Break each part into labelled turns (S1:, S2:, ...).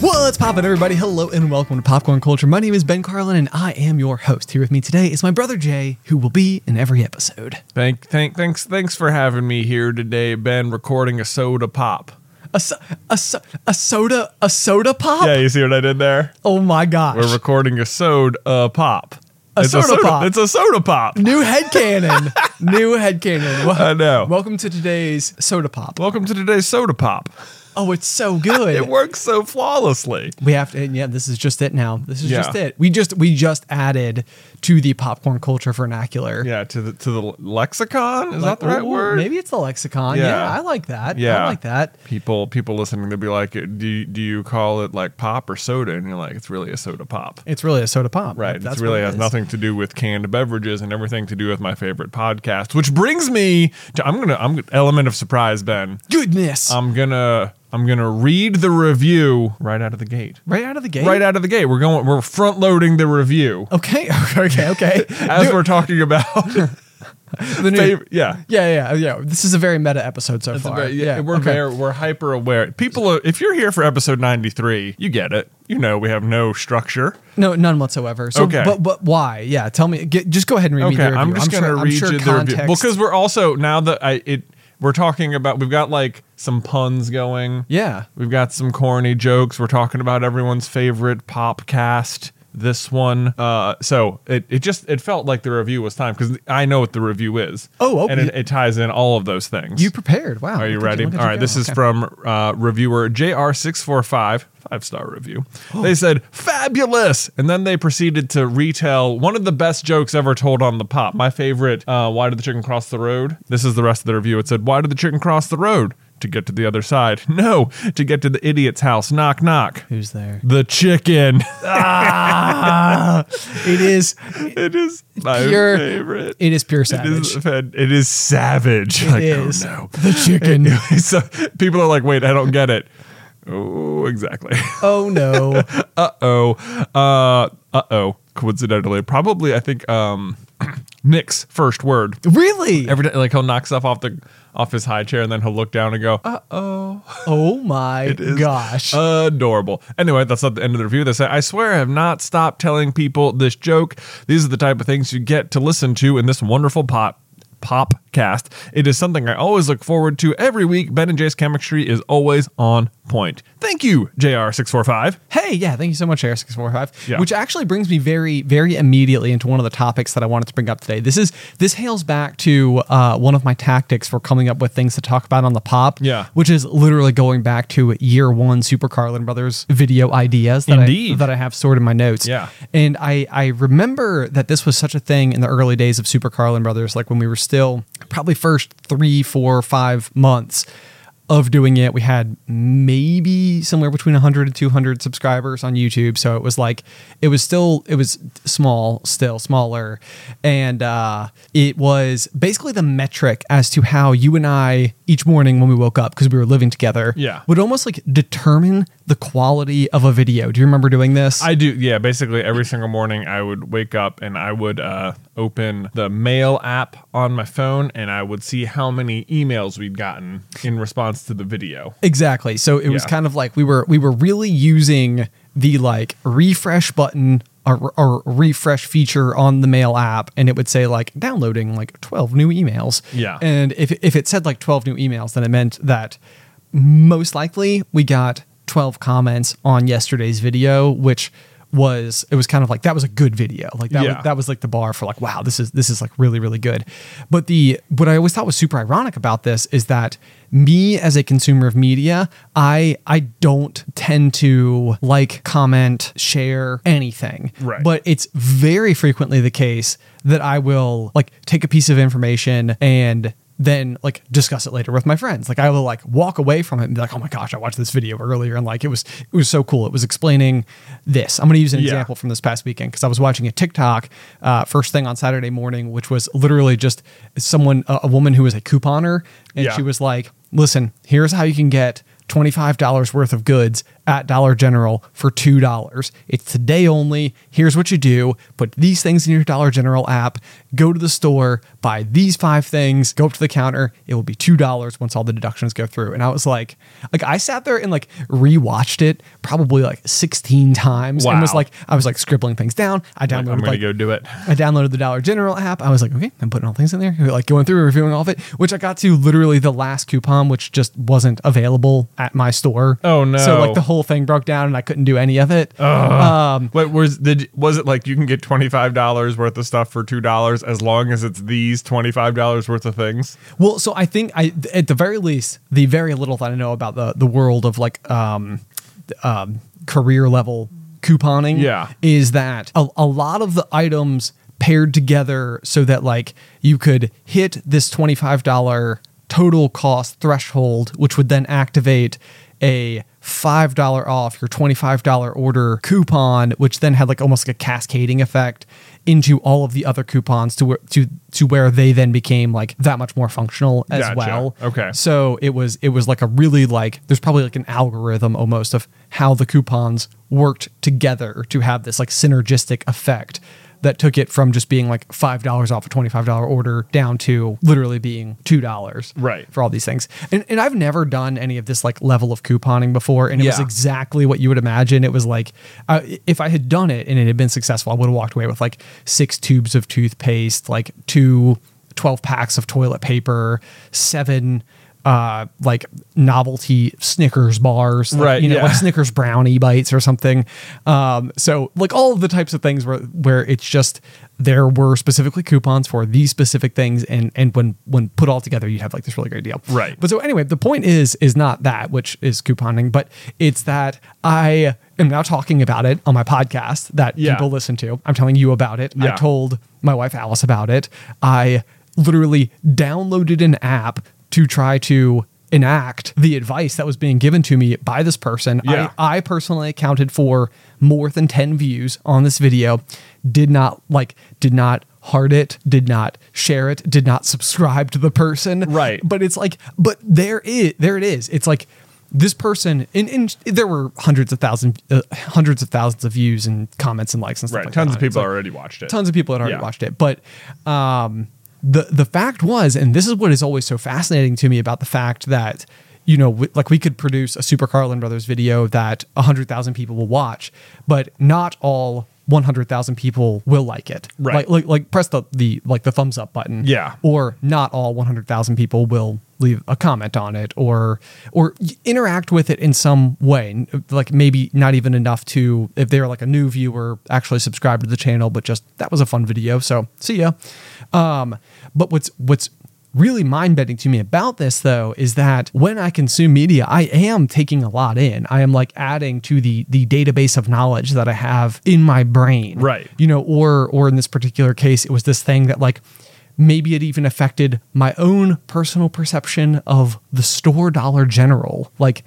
S1: What's poppin', everybody? Hello and welcome to Popcorn Culture. My name is Ben Carlin, and I am your host. Here with me today is my brother Jay, who will be in every episode.
S2: Thank, thank, thanks, thanks for having me here today, Ben. Recording a soda pop.
S1: A, so- a, so- a soda, a soda pop.
S2: Yeah, you see what I did there?
S1: Oh my gosh!
S2: We're recording a soda uh, pop.
S1: A soda pop.
S2: It's a soda pop.
S1: New headcanon. New headcanon. Wel-
S2: I know.
S1: Welcome to today's soda pop.
S2: Welcome to today's soda pop.
S1: Oh, it's so good.
S2: It works so flawlessly.
S1: we have to and yeah, this is just it now. This is
S2: Yeah.
S1: just it. We just we just added to the popcorn culture vernacular.
S2: Yeah, to the to the lexicon. Is
S1: Like,
S2: that the right
S1: ooh,
S2: word?
S1: Maybe it's the lexicon. Yeah.
S2: Yeah.
S1: I like that. I
S2: Yeah.
S1: like that.
S2: People people listening, they'll be like, do you, do you call it like pop or soda? And you're like, it's really a soda pop.
S1: It's really a soda pop.
S2: Right.
S1: That's
S2: It really
S1: what it
S2: has
S1: is.
S2: nothing to do with canned beverages and everything to do with my favorite podcast, which brings me to I'm gonna I'm element of surprise, Ben.
S1: Goodness.
S2: I'm gonna I'm gonna read the review right out of the gate.
S1: right out of the gate.
S2: Right out of the gate. We're going we're front loading the review
S1: Okay. Okay. Okay.
S2: as we're talking about
S1: The new-
S2: fav- yeah.
S1: yeah. Yeah. Yeah. This is a very meta episode so far.
S2: But yeah, we're
S1: okay.
S2: very, we're hyper aware. People, are, if you're here for episode 93, you get it. You know we have no structure.
S1: No, none whatsoever. So,
S2: Okay.
S1: but but why? Yeah. Tell me. Get, just go ahead and read me the
S2: Okay,
S1: review.
S2: I'm just gonna
S1: sure,
S2: read
S1: I'm sure
S2: you the
S1: context,
S2: review. Well, because we're also now that I it we're talking about we've got like some puns going.
S1: yeah.
S2: We've got some corny jokes. We're talking about everyone's favorite popcast. This one, uh, so it, it just it felt like the review was time because I know what the review is.
S1: Oh, okay.
S2: and it, it ties in all of those things.
S1: You prepared. Wow.
S2: Are you
S1: Oh, Look at
S2: ready?
S1: look at
S2: All right,
S1: go.
S2: this is
S1: Okay.
S2: from uh, reviewer JR645, five star review.
S1: Oh.
S2: They said, fabulous. And then they proceeded to retell one of the best jokes ever told on the pop. My favorite, uh, Why Did the Chicken Cross the Road? This is the rest of the review. It said, Why did the chicken cross the road? To get to the other side. No, to get to the idiot's house. Knock, knock.
S1: Who's there?
S2: The chicken.
S1: It is.
S2: it is my
S1: Pure-
S2: favorite.
S1: It is pure
S2: It
S1: savage.
S2: is, fan- it is savage.
S1: It
S2: like,
S1: is.
S2: oh no.
S1: The chicken.
S2: so people are like, wait, I don't get it. Oh, exactly.
S1: oh no.
S2: Uh oh. Uh uh oh. Coincidentally, probably I think um Nick's first word.
S1: Really?
S2: Every day, like he'll knock stuff off the off his high chair, and then he'll look down and go, uh oh.
S1: Oh my gosh.
S2: Adorable. Anyway, that's not the end of the review. They say, I swear I have not stopped telling people this joke. These are the type of things you get to listen to in this wonderful pop popcast. It is something I always look forward to every week. Ben and Jay's chemistry is always on point. Thank you, JR645.
S1: Hey, yeah, thank you so much, Air6445.
S2: Yeah.
S1: Which actually brings me very, very immediately into one of the topics that I wanted to bring up today. This is this hails back to uh, one of my tactics for coming up with things to talk about on the pop.
S2: Yeah.
S1: Which is literally going back to year one Super Carlin Brothers video ideas that I
S2: Indeed.
S1: that I have stored in my notes.
S2: Yeah.
S1: And I, I remember that this was such a thing in the early days of Super Carlin Brothers, like when we were still probably first three, four, five months of doing it. We had maybe somewhere between 100 and 200 subscribers on YouTube. So it was like, it was still, it was small, still smaller. And uh, it was basically the metric as to how you and I, each morning when we woke up, because we were living together,
S2: Yeah.
S1: would almost like determine the quality of a video. Do you remember doing this?
S2: I do. Yeah, basically every single morning I would wake up and I would uh, open the mail app on my phone and I would see how many emails we'd gotten in response to the video.
S1: Exactly. So it was
S2: Yeah.
S1: kind of like we were we were really using the like refresh button or, or refresh feature on the mail app, and it would say like downloading like twelve new emails.
S2: Yeah.
S1: And if if it said like twelve new emails, then it meant that most likely we got twelve comments on yesterday's video, which was it was kind of like that was a good video like that
S2: Yeah.
S1: was, that was like the bar for like wow this is this is like really really good but the what i always thought was super ironic about this is that me as a consumer of media i i don't tend to like comment share anything
S2: Right.
S1: but it's very frequently the case that i will like take a piece of information and then like discuss it later with my friends. Like I will like walk away from it and be like, oh my gosh, I watched this video earlier and like it was it was so cool. It was explaining this. I'm gonna use an
S2: Yeah.
S1: example from this past weekend because I was watching a TikTok uh, first thing on Saturday morning, which was literally just someone a, a woman who was a couponer and
S2: Yeah.
S1: she was like, listen, here's how you can get $25 worth of goods at Dollar General for $2. It's today only. Here's what you do put these things in your Dollar General app, go to the store, buy these five things, go up to the counter. It will be $2 once all the deductions go through. And I was like, like I sat there and like rewatched it probably like 16 times and was
S2: Wow.
S1: like, I was like scribbling things down. I
S2: I'm
S1: downloaded
S2: gonna
S1: like
S2: go do it.
S1: I downloaded the Dollar General app. I was like, okay, I'm putting all things in there, like going through, reviewing all of it, which I got to literally the last coupon, which just wasn't available at my store.
S2: Oh, no.
S1: So like the whole thing broke down, and I couldn't do any of it.
S2: Wait, was did was it like you can get twenty five dollars worth of stuff for two dollars as long as it's these twenty five dollars worth of things?
S1: Well, so I think I, th- at the very least, the very little that I know about the the world of like um, th- um, career level couponing,
S2: Yeah.
S1: is that a, a lot of the items paired together so that like you could hit this twenty five dollar total cost threshold, which would then activate a five dollar off your twenty five dollar order coupon, which then had like almost like a cascading effect into all of the other coupons to where to to where they then became like that much more functional as
S2: Gotcha.
S1: well.
S2: Okay.
S1: So it was it was like a really like there's probably like an algorithm almost of how the coupons worked together to have this like synergistic effect that took it from just being like five dollars off a twenty five dollar order down to literally being two dollars
S2: Right.
S1: for all these things. And and I've never done any of this like level of couponing before, and it was
S2: Yeah.
S1: exactly what you would imagine. It was like uh, if I had done it and it had been successful, I would have walked away with like six tubes of toothpaste, like two 12 packs of toilet paper, seven uh like novelty Snickers bars, like,
S2: Right,
S1: You know,
S2: yeah.
S1: like Snickers brownie bites or something. Um, so like all of the types of things where where it's just there were specifically coupons for these specific things, and and when when put all together, you have like this really great deal.
S2: Right.
S1: But so anyway, the point is is not that which is couponing, but it's that I am now talking about it on my podcast that
S2: Yeah.
S1: people listen to. I'm telling you about it. I
S2: Yeah.
S1: told my wife Alice about it. I literally downloaded an app to try to enact the advice that was being given to me by this person.
S2: Yeah.
S1: I, I personally accounted for more than 10 views on this video. Did not like, did not heart it, did not share it, did not subscribe to the person.
S2: Right.
S1: But it's like, but there is, there it is. It's like this person, and, and there were hundreds of thousands, uh, hundreds of thousands of views and comments and likes and stuff
S2: Right,
S1: like that
S2: tons
S1: on
S2: of
S1: it. It's
S2: people
S1: like,
S2: already watched it.
S1: Tons of people had already
S2: Yeah.
S1: watched it, but um, the the fact was, and this is what is always so fascinating to me about the fact that you know, w- like we could produce a Super Carlin Brothers video that hundred thousand people will watch, but not all. 100,000 people will like it.
S2: Right.
S1: Like, like, like press the, the, like the thumbs up button
S2: Yeah.
S1: or not all 100,000 people will leave a comment on it or or y- interact with it in some way like maybe not even enough to if they're like a new viewer actually subscribe to the channel but just that was a fun video so see ya um but what's what's really mind-bending to me about this though is that when i consume media i am taking a lot in i am like adding to the the database of knowledge that i have in my brain
S2: Right.
S1: you know or or in this particular case it was this thing that like maybe it even affected my own personal perception of the store dollar general like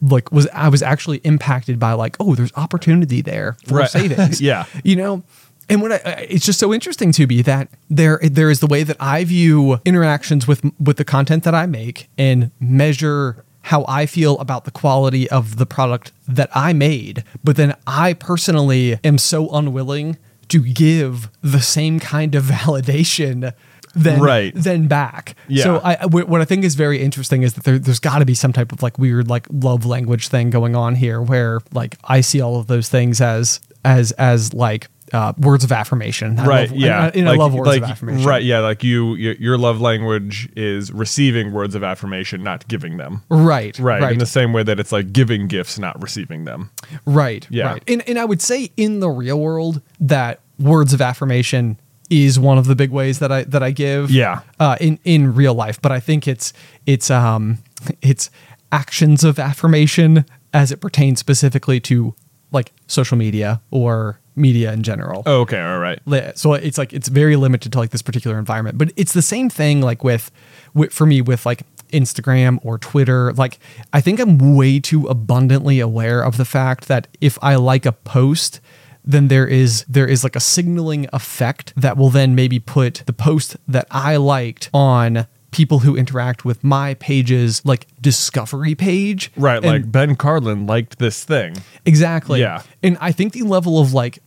S1: like was i was actually impacted by like oh there's opportunity there for
S2: Right.
S1: savings
S2: Yeah.
S1: you know and what I, I- it's just so interesting to me that there there is the way that I view interactions with with the content that I make and measure how I feel about the quality of the product that I made, but then I personally am so unwilling to give the same kind of validation then
S2: Right.
S1: then back.
S2: Yeah.
S1: So I I- wh- what I think is very interesting is that there, there's got to be some type of like weird like love language thing going on here, where like I see all of those things as as as like uh, words of affirmation. I
S2: right.
S1: love-
S2: yeah.
S1: and I, and I love words of affirmation.
S2: Right. Yeah. Like you, your, your love language is receiving words of affirmation, not giving them.
S1: Right.
S2: Right.
S1: Right.
S2: In the same way that it's like giving gifts, not receiving them.
S1: Right.
S2: Yeah.
S1: Right. And and I would say in the real world that words of affirmation is one of the big ways that I that I give.
S2: Yeah.
S1: Uh, in in real life, but I think it's it's um it's actions of affirmation as it pertains specifically to like social media or media in general.
S2: Oh, Okay. All right.
S1: Li- so it's like it's very limited to like this particular environment but it's the same thing like with, with for me with like instagram or twitter like i think i'm way too abundantly aware of the fact that if i like a post then there is there is like a signaling effect that will then maybe put the post that i liked on people who interact with my pages, like discovery page.
S2: Right,
S1: And-
S2: like Ben Carlin liked this thing.
S1: Exactly.
S2: Yeah.
S1: And I think the level of like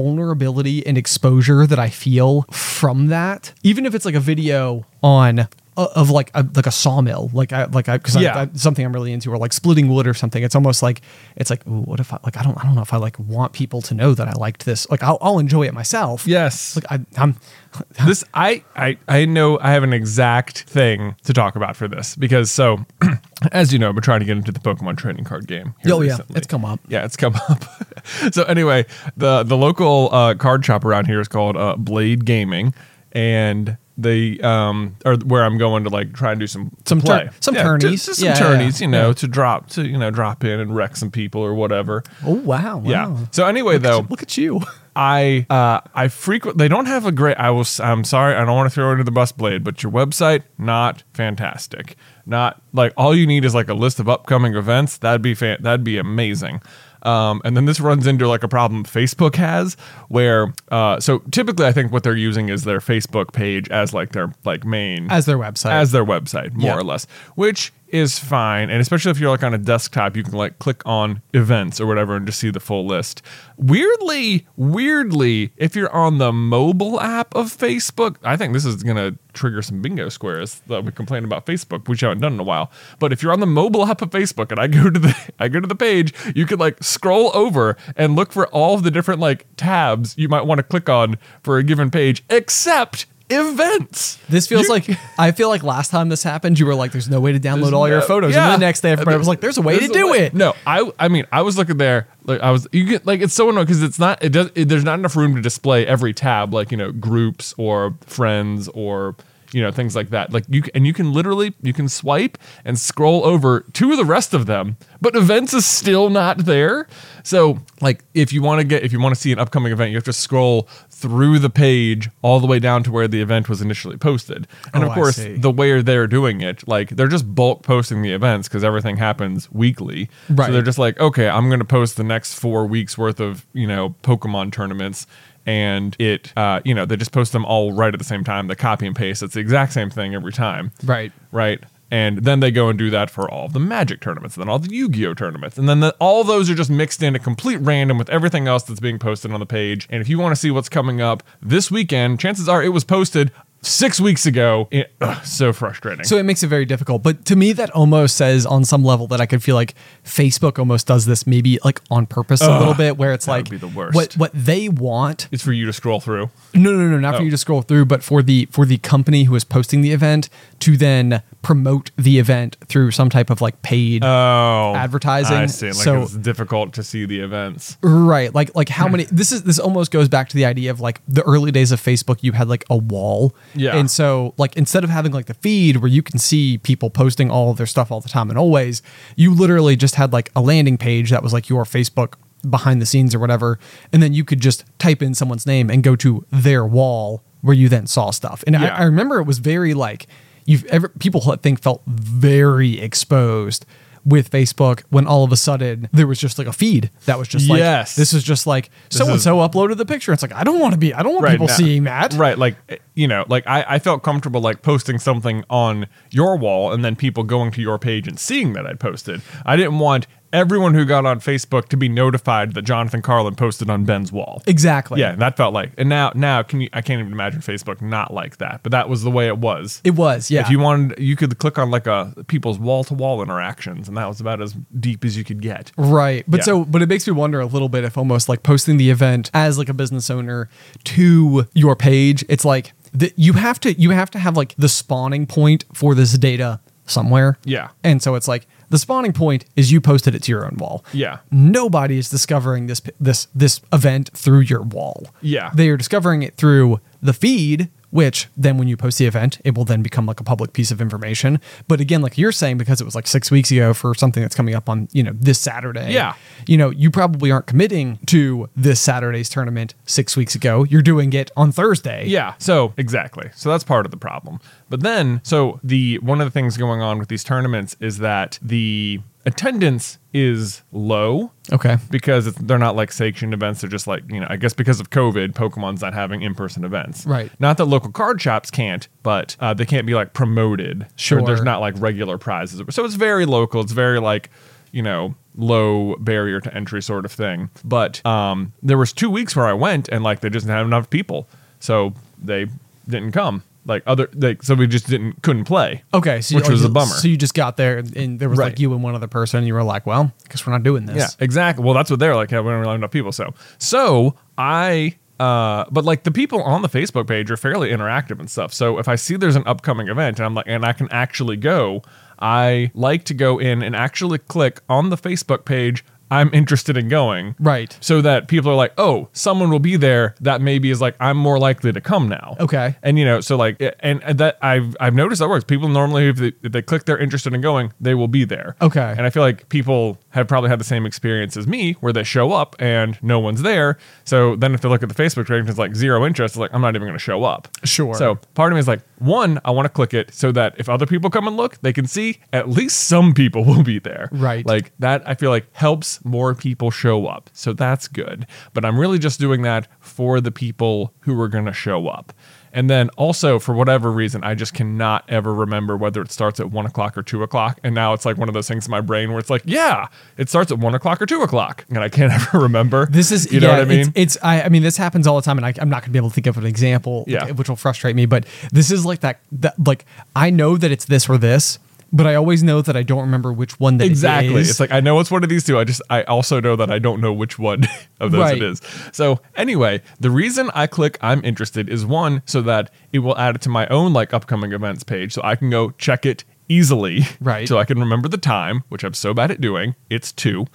S1: vulnerability and exposure that I feel from that, even if it's like a video on uh, of like a, like a sawmill, like I like I because
S2: Yeah.
S1: I, that's something I'm really into, or like splitting wood or something. It's almost like it's like ooh, what if I like I don't I don't know if I like want people to know that I liked this. Like I'll, I'll enjoy it myself.
S2: Yes.
S1: Like I, I'm
S2: this I, I I know I have an exact thing to talk about for this because so as you know, I've been trying to get into the Pokemon trading card game. here
S1: Oh, yeah.
S2: recently.
S1: It's come up.
S2: Yeah, it's come up. so anyway, the the local uh, card shop around here is called uh, Blade Gaming, and they um or where I'm going to like try and do some
S1: Some
S2: to play
S1: tur- some
S2: yeah,
S1: tourneys.
S2: just some
S1: Yeah, yeah,
S2: tourneys,
S1: yeah.
S2: you know, to drop to you know drop in and wreck some people or whatever.
S1: oh wow, wow.
S2: Yeah. So anyway, though,
S1: Look at you.
S2: I uh, I frequent. They don't have a great. I will. s- I'm sorry. I don't want to throw into the bus blade, but your website not fantastic. Not like all you need is like a list of upcoming events. That'd be fan, that'd be amazing. Um, and then this runs into like a problem Facebook has, where uh, so typically I think what they're using is their Facebook page as like their like main
S1: As their website.
S2: as their website more
S1: Yeah.
S2: or less which is fine and especially if you're like on a desktop you can like click on events or whatever and just see the full list weirdly weirdly if you're on the mobile app of facebook i think this is going to trigger some bingo squares that we complain about facebook which i haven't done in a while but if you're on the mobile app of facebook and i go to the i go to the page you could like scroll over and look for all of the different like tabs you might want to click on for a given page except events
S1: This feels
S2: You-
S1: like I feel like last time this happened, you were like, "There's no way to download all your
S2: no-
S1: photos," and
S2: yeah.
S1: then the next day, everybody was like, "There's a way
S2: There's
S1: to
S2: a
S1: do
S2: way-
S1: it."
S2: No, I I mean I was looking there. Like I was you get like it's so annoying because it's not it does it, there's not enough room to display every tab like you know groups or friends or you know things like that. Like you c- and you can literally you can swipe and scroll over to the rest of them, but events is still not there. So like if you want to get if you want to see an upcoming event, you have to scroll through the page all the way down to where the event was initially posted. And
S1: Oh,
S2: of
S1: I
S2: course,
S1: see.
S2: the the way they're doing it. Like they're just bulk posting the events because everything happens weekly.
S1: Right.
S2: So they're just like, okay, I'm going to post the next four weeks worth of you know Pokemon tournaments, and it, uh, you know, they just post them all right at the same time. They copy and paste. It's the exact same thing every time
S1: Right.
S2: right? And then they go and do that for all of the Magic tournaments, and then all the Yu-Gi-Oh tournaments, and then the, all those are just mixed into complete random with everything else that's being posted on the page. And if you want to see what's coming up this weekend, chances are it was posted six weeks ago. It- ugh, so frustrating.
S1: So it makes it very difficult. But to me, that almost says on some level that I could feel like Facebook almost does this maybe like on purpose a little bit, where it's
S2: that would
S1: like
S2: be the worst.
S1: what what they want.
S2: it's for you to scroll through.
S1: No, no, no, not
S2: Oh.
S1: for you to scroll through, but for the for the company who is posting the event to then promote the event through some type of like paid
S2: Oh,
S1: Advertising,
S2: I see. Like
S1: so-
S2: it's difficult to see the events.
S1: Right. Like like how many this is this almost goes back to the idea of like the early days of Facebook you had like a wall.
S2: Yeah.
S1: And so like instead of having like the feed where you can see people posting all of their stuff all the time and always, you literally just had like a landing page that was like your Facebook behind the scenes or whatever and then you could just type in someone's name and go to their wall where you then saw stuff. And
S2: Yeah.
S1: I, I remember it was very like you've ever people I think felt very exposed with Facebook when all of a sudden there was just like a feed that was just it's like,
S2: Yes.
S1: this is just like
S2: is-
S1: so and so uploaded the picture. It's like I don't want to be. I don't want people
S2: now-
S1: seeing that.
S2: Right. Like, eh, you know, like I, I felt comfortable like posting something on your wall and then people going to your page and seeing that I'd posted. I didn't want everyone who got on Facebook to be notified that Jonathan Carlin posted on Ben's wall.
S1: Exactly.
S2: Yeah, and that felt like, and now, now can you? I can't even imagine Facebook not like that, but that was the way it was.
S1: It was. Yeah.
S2: If you wanted, you could click on like a people's wall-to-wall interactions, and that was about as deep as you could get.
S1: Right. But
S2: Yeah.
S1: so but it makes me wonder a little bit if almost like posting the event as like a business owner to your page, it's like that you have to you have to have like the spawning point for this data somewhere.
S2: Yeah.
S1: And so it's like the spawning point is you posted it to your own wall.
S2: Yeah.
S1: Nobody is discovering this this this event through your wall.
S2: Yeah.
S1: They are discovering it through the feed which then when you post the event it will then become like a public piece of information but again like you're saying because it was like 6 weeks ago for something that's coming up on you know this Saturday
S2: Yeah.
S1: you know you probably aren't committing to this Saturday's tournament 6 weeks ago you're doing it on Thursday
S2: Yeah. So exactly. So that's part of the problem. But then, so the one of the things going on with these tournaments is that the attendance is low
S1: Okay.
S2: because it's, they're not like sanctioned events. They're just like, you know, I guess because of COVID, Pokemon's not having in person events.
S1: Right.
S2: Not that local card shops can't, but uh, they can't be like promoted.
S1: Sure.
S2: There's not like regular prizes. So it's very local. It's very like, you know, low barrier to entry sort of thing. But um, there was two weeks where I went and like they just didn't have enough people. So they didn't come. Like other, like, so we just didn't, couldn't play.
S1: Okay. So
S2: Which
S1: you,
S2: was a bummer.
S1: So you just got there and, and there was
S2: Right.
S1: like you and one other person, and you were like, well, because we're not doing this.
S2: Yeah, exactly. Well, that's what they're like. Yeah, we don't really have enough people. So, so I, uh, but like the people on the Facebook page are fairly interactive and stuff. So if I see there's an upcoming event and I'm like, and I can actually go, I like to go in and actually click on the Facebook page. I'm interested in going.
S1: Right.
S2: So that people are like, oh, someone will be there. That maybe is like, I'm more likely to come now.
S1: Okay.
S2: And you know, so like, it- and and that I've I've noticed that works. People normally, if they, if they click, they're interested in going, they will be there.
S1: Okay.
S2: And I feel like people have probably had the same experience as me, where they show up and no one's there. So then, if they look at the Facebook page, it's like zero interest. It's like I'm not even going to show up.
S1: Sure.
S2: So part of me is like, one, I want to click it so that if other people come and look, they can see at least some people will be there.
S1: Right.
S2: Like that, I feel like helps more people show up. So that's good. But I'm really just doing that for the people who are going to show up. And then also, for whatever reason, I just cannot ever remember whether it starts at one o'clock or two o'clock. And now it's like one of those things in my brain where it's like, yeah, it starts at one o'clock or two o'clock. And I can't ever remember.
S1: This is
S2: you know
S1: yeah,
S2: what I mean?
S1: It's, it's I, I mean this happens all the time, and I, I'm not going to be able to think of an example,
S2: Yeah.
S1: which will frustrate me. But this is like that, that like I know that it's this or this, but I always know that I don't remember which one that it
S2: Exactly.
S1: is.
S2: It's like I know it's one of these two. I just I also know that I don't know which one of those
S1: Right.
S2: it is. So anyway, the reason I click I'm interested is one so that it will add it to my own like upcoming events page, so I can go check it easily.
S1: Right.
S2: So I can remember the time, which I'm so bad at doing. It's two,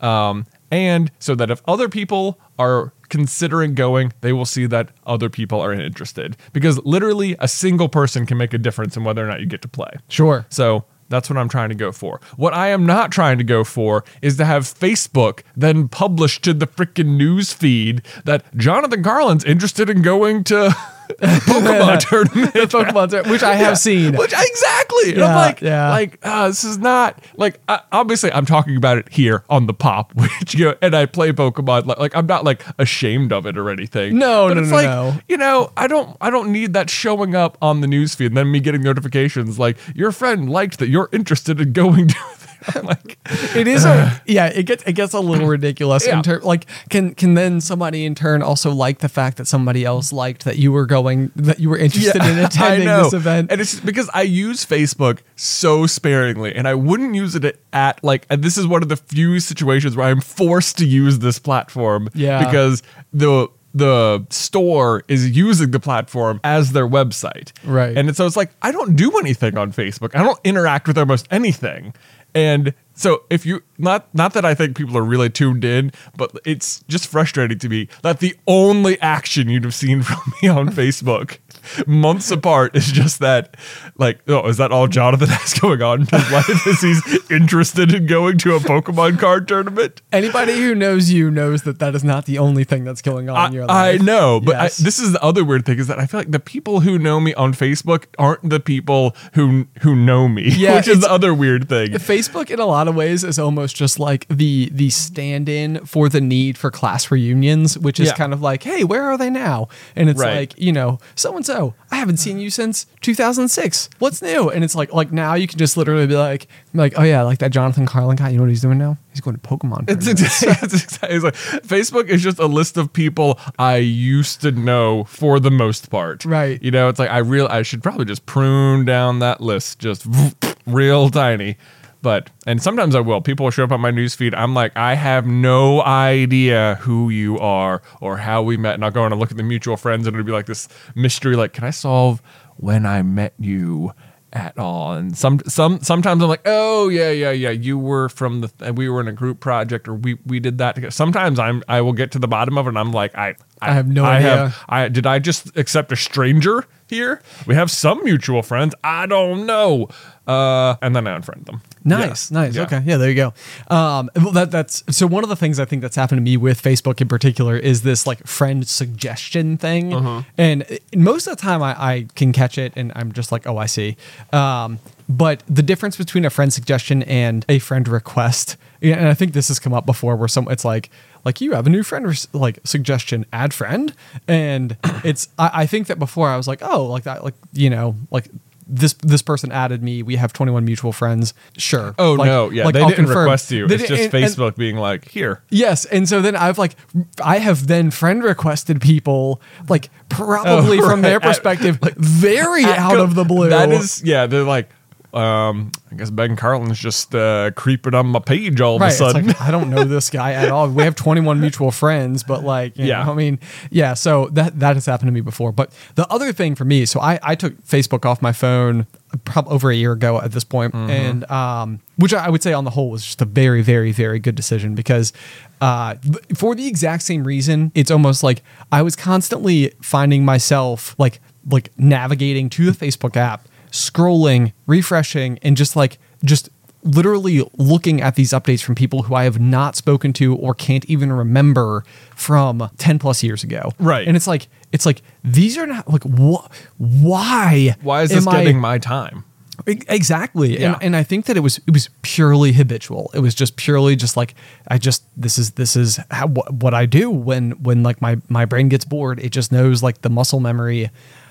S2: um, and so that if other people are considering going, they will see that other people are interested because literally a single person can make a difference in whether or not you get to play.
S1: sure.
S2: So that's what I'm trying to go for. What I am not trying to go for is to have Facebook then publish to the freaking news feed that Jonathan Garland's interested in going to Pokemon tournament.
S1: The Pokemon, Center, which I have seen.
S2: Which I, exactly. And I'm
S1: Yeah,
S2: like,
S1: yeah.
S2: like uh, this is not like uh, obviously I'm talking about it here on the pop, which you know, and I play Pokemon. Like, like I'm not like ashamed of it or anything.
S1: No,
S2: But
S1: no,
S2: it's
S1: no,
S2: like,
S1: no.
S2: You know, I don't, I don't need that showing up on the newsfeed and then me getting notifications like your friend liked that you're interested in going to. I'm like,
S1: It is a yeah. It gets it gets a little ridiculous
S2: Yeah.
S1: in ter- like can can then somebody in turn also like the fact that somebody else liked that you were going that you were interested in attending
S2: I know.
S1: this event.
S2: And it's just because I use Facebook so sparingly and I wouldn't use it at like and this is one of the few situations where I'm forced to use this platform
S1: Yeah.
S2: because the the store is using the platform as their website.
S1: Right.
S2: And so it's like I don't do anything on Facebook. I don't interact with almost anything. And so if you not not that I think people are really tuned in, but it's just frustrating to me that the only action you'd have seen from me on Facebook months apart is just that like oh is that all Jonathan has going on in his life is he's interested in going to a Pokemon card tournament?
S1: Anybody who knows you knows that that is not the only thing that's going on
S2: I,
S1: in your
S2: I
S1: life.
S2: know, but I,
S1: Yes.
S2: this is the other weird thing is that I feel like the people who know me on Facebook aren't the people who who know me,
S1: Yeah,
S2: which is
S1: it's-
S2: the other weird thing.
S1: Facebook in a lot of ways is almost just like the the stand-in for the need for class reunions, which is
S2: Yeah.
S1: kind of like, hey, where are they now? And it's
S2: Right.
S1: like, you know, so and so, I haven't seen you since 2006. What's new? And it's like, like now you can just literally be like, like, oh yeah, like that Jonathan Carlin guy. You know what he's doing now? He's going to Pokemon.
S2: It's,
S1: tournaments.
S2: ex- it's ex- it's like Facebook is just a list of people I used to know for the most part.
S1: Right.
S2: You know, it's like I real I should probably just prune down that list just real tiny. But and sometimes I will. People will show up on my newsfeed. I'm like, I have no idea who you are or how we met. And I'll go and I'll look at the mutual friends and it'll be like this mystery, like, can I solve when I met you? at all. And some some sometimes I'm like, oh yeah yeah yeah, you were from the and we were in a group project or we we did that together. Sometimes I'm I will get to the bottom of it and I'm like I
S1: I have no
S2: I
S1: idea.
S2: Have, I did I just accept a stranger here? We have some mutual friends. I don't know. Uh, and then I unfriend them.
S1: Nice,
S2: Yeah.
S1: nice.
S2: Yeah.
S1: Okay, yeah, there you go. Um, well, that that's so one of the things I think that's happened to me with Facebook in particular is this like friend suggestion thing, uh, and it- most of the time I, I can catch it and I'm just like, oh, I see. Um, But the difference between a friend suggestion and a friend request, yeah, and I think this has come up before, where some it's like like you have a new friend res- like suggestion, add friend, and it's I, I think that before I was like oh like that like you know like. This this person added me. We have twenty one mutual friends. Sure.
S2: Oh
S1: Like-
S2: no, yeah,
S1: like,
S2: they
S1: I'll
S2: didn't
S1: confirm.
S2: request you.
S1: They
S2: it's
S1: didn't- and-
S2: just
S1: and-
S2: Facebook being like, here.
S1: Yes, and so then I've like I have then friend requested people like probably
S2: Oh,
S1: from their
S2: right. At-
S1: perspective very out
S2: Go-
S1: of the blue.
S2: That is, yeah, they're like, um, I guess Ben Carlin's just uh, creeping on my page all
S1: right.
S2: of a
S1: It's like,
S2: sudden.
S1: I don't know this guy at all. We have 21 mutual friends, but like, you
S2: Yeah.
S1: know, I mean, yeah. So that that has happened to me before. But the other thing for me, so I I took Facebook off my phone probably over a year ago at this point,
S2: Mm-hmm.
S1: and um, which I would say on the whole was just a very very very good decision because. Uh, th- for the exact same reason, it's almost like I was constantly finding myself like like navigating to the Facebook app, scrolling, refreshing, and just like just literally looking at these updates from people who I have not spoken to or can't even remember from 10 plus years ago.
S2: Right.
S1: And it's like, it's like, these are not like, wh- why?
S2: Why is this
S1: am I-
S2: getting my time?
S1: E- Exactly.
S2: Yeah.
S1: And, and I think that it was, it was purely habitual. It was just purely just like, I just, this is, this is how, wh- what I do when, when like my, my brain gets bored, it just knows like the muscle memory.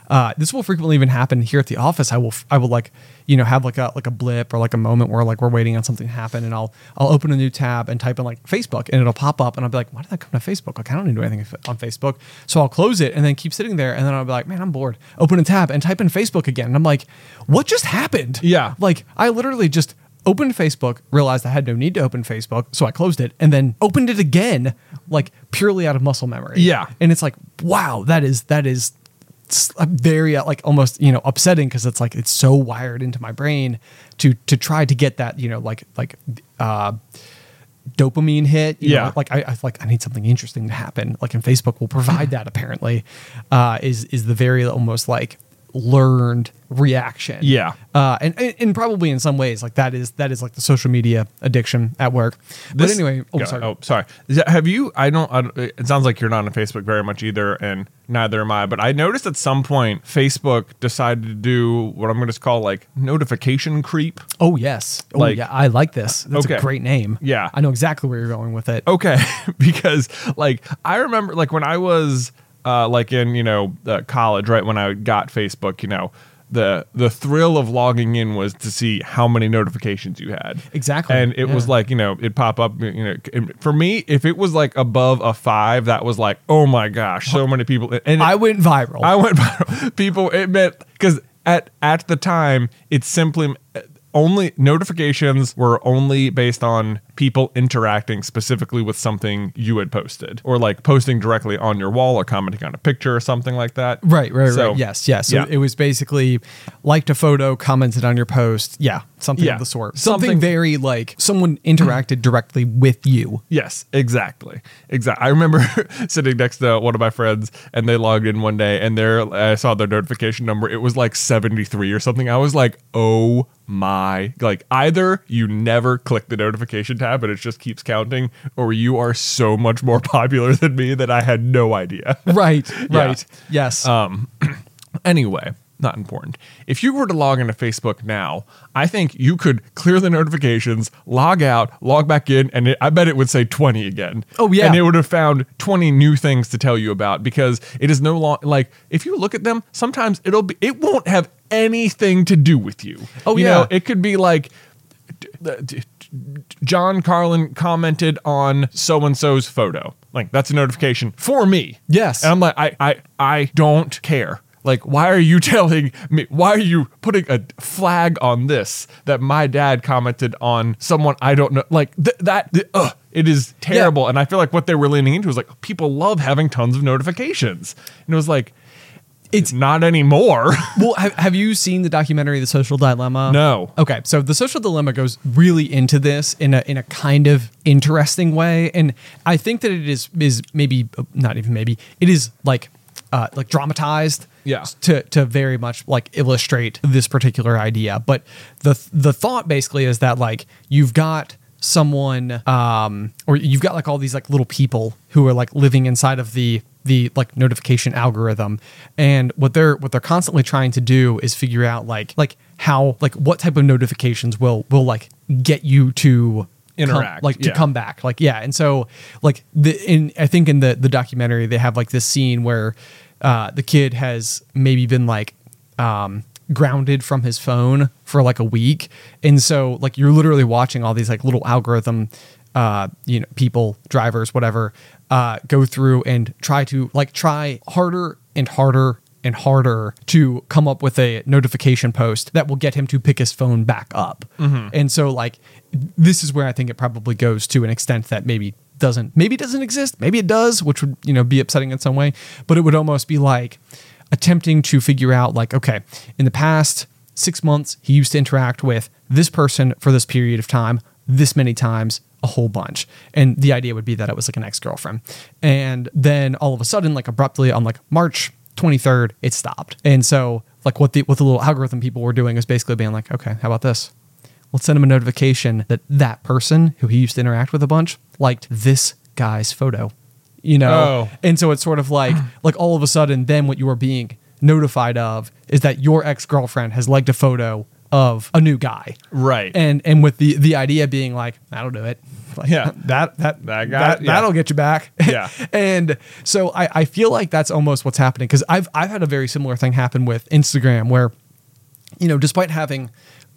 S1: Uh, this will frequently even happen here at the office. I will, f- I will like, you know, have like a, like a blip or like a moment where like we're waiting on something to happen and I'll, I'll open a new tab and type in like Facebook and it'll pop up and I'll be like, why did that come to Facebook? Like, I don't need to do anything on Facebook. So I'll close it and then keep sitting there. And then I'll be like, man, I'm bored. Open a tab and type in Facebook again. And I'm like, what just happened?
S2: Yeah.
S1: Like I literally just opened Facebook, realized I had no need to open Facebook, so I closed it and then opened it again, like purely out of muscle memory.
S2: Yeah.
S1: And it's like, wow, that is that is s- very uh, like almost you know upsetting because it's like it's so wired into my brain to to try to get that you know like like uh dopamine hit you
S2: Yeah.
S1: know, like I, I like i need something interesting to happen like and facebook will provide that apparently uh is is the very almost like learned reaction
S2: Yeah.
S1: uh, and, and and probably in some ways like that is that is like the social media addiction at work. but
S2: This-
S1: anyway, oh
S2: Go-
S1: sorry.
S2: Oh, sorry. Is that- Have you? I don't, I don't. It sounds like you're not on Facebook very much either, and neither am I. But I noticed at some point Facebook decided to do what I'm going to call like notification creep.
S1: Oh yes, oh
S2: Like-
S1: yeah, I like this. That's
S2: Okay.
S1: a great name.
S2: Yeah.
S1: I know exactly where you're going with it.
S2: Okay, because like I remember, like when I was uh, like in you know uh, college, right when I got Facebook, you know the the thrill of logging in was to see how many notifications you had.
S1: Exactly,
S2: and it was
S1: yeah.
S2: like you know it pop up. You know, and for me, if it was like above a five, that was like oh my gosh, so many people. And
S1: I went viral.
S2: I went viral. People, it meant because at at the time, it simply only notifications were only based on people interacting specifically with something you had posted, or like posting directly on your wall, or commenting on a picture, or something like that.
S1: right, right,
S2: So,
S1: right. Yes, yes. So
S2: yeah.
S1: it was basically liked a photo, commented on your post. Yeah, something
S2: Yeah.
S1: of the sort.
S2: Something-
S1: Something, very like someone interacted directly with you.
S2: Yes, exactly. Exactly. I remember sitting next to one of my friends and they logged in one day and there I saw their notification number. It was like 73 or something. I was like, "Oh my." Like either you never click the notification tab and it just keeps counting or you are so much more popular than me that I had no idea.
S1: Right,
S2: Yeah. Um,
S1: right. Yes.
S2: Anyway, not important. If you were to log into Facebook now, I think you could clear the notifications, log out, log back in, and it, I bet it would say 20 again.
S1: Oh, yeah.
S2: And it would have found 20 new things to tell you about because it is no long like if you look at them, sometimes it'll be it won't have anything to do with you.
S1: Oh,
S2: You
S1: yeah.
S2: know, it could be like d- d- d- John Carlin commented on so and so's photo. Like that's a notification for me.
S1: Yes.
S2: And I'm like, I, I, I don't care. Like, why are you telling me? Why are you putting a flag on this that my dad commented on someone I don't know? Like th- that. Th- ugh, it is terrible, and I feel like what they were leaning into was like people love having tons of notifications, and it was like, it's not anymore.
S1: well, have, have you seen the documentary The Social Dilemma?
S2: No.
S1: Okay, so The Social Dilemma goes really into this in a in a kind of interesting way, and I think that it is is maybe uh, not even maybe it is like uh, like dramatized.
S2: Yeah.
S1: To, to very much like illustrate this particular idea, but the the thought basically is that like you've got someone um, or you've got like all these like little people who are like living inside of the the like notification algorithm and what they're what they're constantly trying to do is figure out like like how like what type of notifications will will like get you to come-
S2: Interact,
S1: like to
S2: yeah.
S1: come back like yeah and so like the in i think in the the documentary they have like this scene where uh the kid has maybe been like um grounded from his phone for like a week and so like you're literally watching all these like little algorithm uh you know people drivers whatever uh go through and try to like try harder and harder and harder to come up with a notification post that will get him to pick his phone back up. And so like this is where I think it probably goes to an extent that maybe doesn't maybe doesn't exist, maybe it does, which would, you know, be upsetting in some way, but it would almost be like attempting to figure out like okay, in the past 6 months he used to interact with this person for this period of time this many times a whole bunch. And the idea would be that it was like an ex girlfriend. And then all of a sudden, like abruptly on like March 23rd, it stopped. And so, like, what the what the little algorithm people were doing was basically being like, okay, how about this? Let's send him a notification that that person who he used to interact with a bunch liked this guy's photo, you know?
S2: Oh.
S1: And so it's sort of like, like all of a sudden, then what you are being notified of is that your ex girlfriend has liked a photo of a new guy
S2: Right.
S1: and and with the the idea being like that'll do it Like,
S2: Yeah.
S1: that that
S2: That
S1: that,
S2: got-
S1: that
S2: yeah.
S1: that'll get you back
S2: Yeah.
S1: and so I, I feel like that's almost what's happening because I've I've had a very similar thing happen with Instagram where, you know, despite having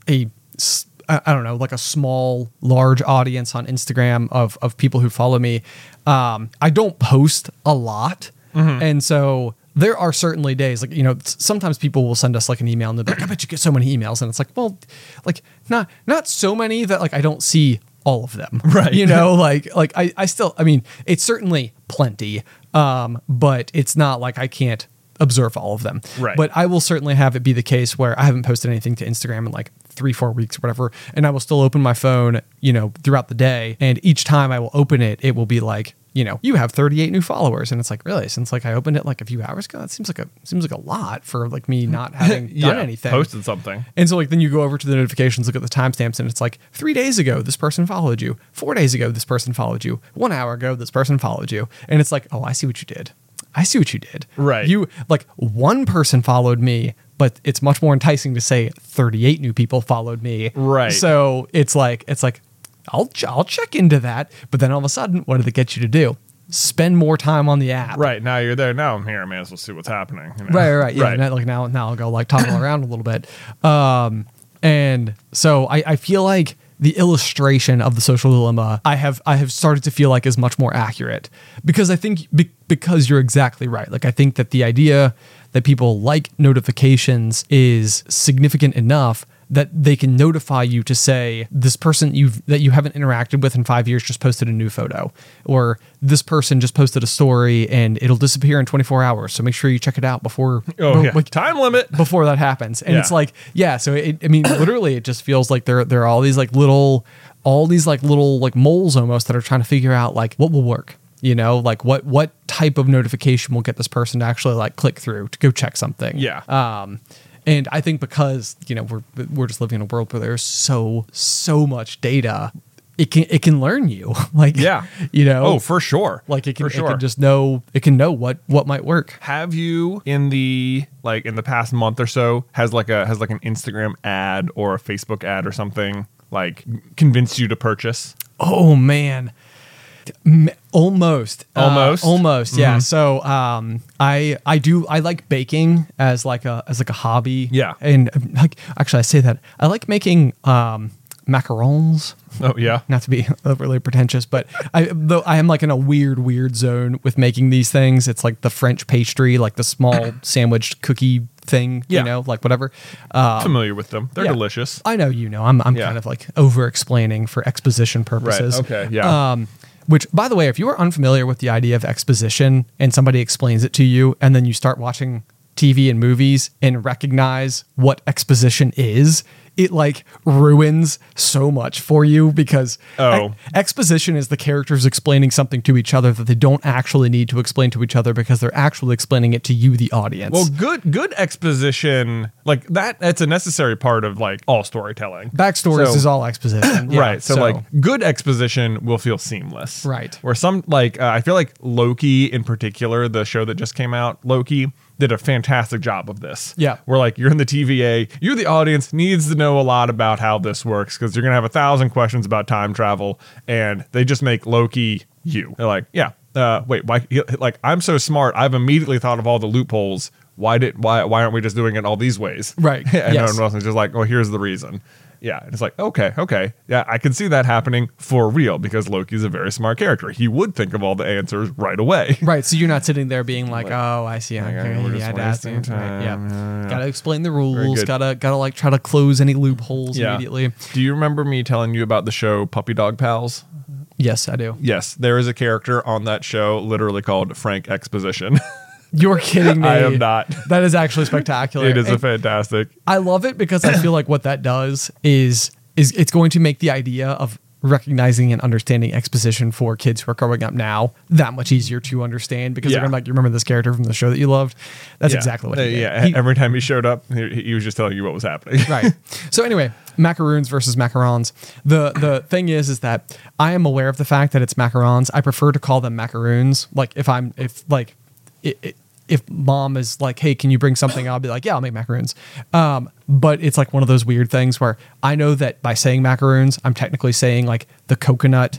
S1: a s- I I don't know like a small large audience on Instagram of of people who follow me, um, I don't post a lot, and so. There are certainly days like you know s- sometimes people will send us like an email and they'll be like I bet you get so many emails and it's like well like not not so many that like I don't see all of them
S2: Right.
S1: you know know like like I, I still i mean it's certainly plenty um but it's not like i can't observe all of them
S2: Right.
S1: but i will certainly have it be the case where i haven't posted anything to instagram in like three four weeks or whatever and i will still open my phone you know throughout the day and each time i will open it it will be like you know you have 38 new followers and it's like really since like i opened it like a few hours ago that seems like a seems like a lot for like me not having done anything
S2: Posted something.
S1: and so like then you go over to the notifications, look at the timestamps, and it's like three days ago this person followed you, four days ago this person followed you, one hour ago this person followed you, and it's like oh I see what you did, I see what you did.
S2: Right.
S1: You like one person followed me, but it's much more enticing to say thirty eight new people followed me.
S2: Right.
S1: So it's like it's like I'll ch- I'll check into that, but then all of a sudden what did it get you to do? Spend more time on the app.
S2: Right now you're there. Now I'm here. I may as well see what's happening. you know?
S1: Right, right, right. Yeah, Now, like now, now I'll go like toggle around a little bit. Um, and so I, I feel like the illustration of the social dilemma I have I have started to feel like is much more accurate because I think be, because you're exactly right. Like I think that the idea that people like notifications is significant enough that they can notify you to say this person you have that you haven't interacted with in 5 years just posted a new photo or this person just posted a story and it'll disappear in 24 hours so make sure you check it out before
S2: Oh
S1: be-
S2: yeah.
S1: like,
S2: Time limit.
S1: before that happens and it's
S2: Yeah.
S1: like yeah so it, I mean literally it just feels like there there are all these like little all these like little like moles almost that are trying to figure out like what will work you know like what what type of notification will get this person to actually like click through to go check something
S2: Yeah.
S1: um, and I think because you know we're we're just living in a world where there's so so much data, it can it can learn you like
S2: Yeah.
S1: you know
S2: Oh, for sure.
S1: like it can
S2: For
S1: it can just know it can know what what might work.
S2: have you in the like in the past month or so has like a has like an Instagram ad or a Facebook ad or something like convinced you to purchase?
S1: Oh man. M- Almost, Uh,
S2: Almost? Mm-hmm.
S1: almost, yeah. So, um, I I do I like baking as like a as like a hobby,
S2: Yeah.
S1: And um, like, actually, I say that I like making um macarons.
S2: Oh yeah.
S1: not to be overly pretentious, but I though I am like in a weird, weird zone with making these things. It's like the French pastry, like the small sandwiched cookie thing,
S2: Yeah.
S1: you know, like whatever. Uh,
S2: Familiar with them. They're
S1: yeah.
S2: delicious.
S1: I know you know. I'm I'm
S2: Yeah.
S1: kind of like over explaining for exposition purposes.
S2: okay, yeah.
S1: Um, which, by the way, if you are unfamiliar with the idea of exposition and somebody explains it to you, and then you start watching TV and movies and recognize what exposition is, it like ruins so much for you because
S2: Oh.
S1: e- exposition is the characters explaining something to each other that they don't actually need to explain to each other because they're actually explaining it to you, the audience.
S2: Well, good good exposition like that. That's a necessary part of like all storytelling.
S1: Backstories
S2: So-
S1: is all exposition. Yeah,
S2: right. So, like good exposition will feel seamless.
S1: Right.
S2: Where some like uh, I feel like Loki in particular, the show that just came out, Loki did a fantastic job of this.
S1: Yeah.
S2: Where like you're in the TVA, you the audience needs to know a lot about how this works because you're gonna have a thousand questions about time travel, and they just make Loki you. They're like, yeah. Uh, wait, why? he- Like, I'm so smart. I've immediately thought of all the loopholes. Why did? Why? Why aren't we just doing it all these ways?
S1: Right,
S2: and
S1: yes.
S2: everyone else is just like, oh, here's the reason. Yeah. And it's like, okay, okay. Yeah, I can see that happening for real because Loki's a very smart character. He would think of all the answers right away.
S1: Right, so you're not sitting there being like, "Oh, I see.
S2: Like,
S1: Okay,
S2: uh, we're
S1: yeah,
S2: just
S1: that's
S2: wasting
S1: it, right,
S2: time,
S1: yeah.
S2: yeah, yeah.
S1: gotta explain the rules.
S2: good.
S1: Gotta gotta like try to close any loopholes
S2: Yeah.
S1: immediately."
S2: Do you remember me telling you about the show Puppy Dog Pals?
S1: Yes, I do.
S2: Yes, there is a character on that show literally called Frank Exposition.
S1: You're kidding me.
S2: I am not.
S1: That is actually spectacular.
S2: it is a
S1: And
S2: fantastic.
S1: I love it because I feel like what that does is is it's going to make the idea of recognizing and understanding exposition for kids who are growing up now that much easier to understand because
S2: Yeah.
S1: they're gonna be like you remember this character from the show that you loved. That's
S2: Yeah.
S1: exactly what.
S2: Uh,
S1: He did.
S2: Yeah.
S1: He-
S2: Every time he showed up, he, he was just telling you what was happening.
S1: right. So anyway, macaroons versus macarons. The the thing is, is that I am aware of the fact that it's macarons. I prefer to call them macaroons. Like if I'm if like it. it if mom is like, "Hey, can you bring something?" I'll be like, "Yeah, I'll make macaroons." Um, but it's like one of those weird things where I know that by saying macaroons, I'm technically saying like the coconut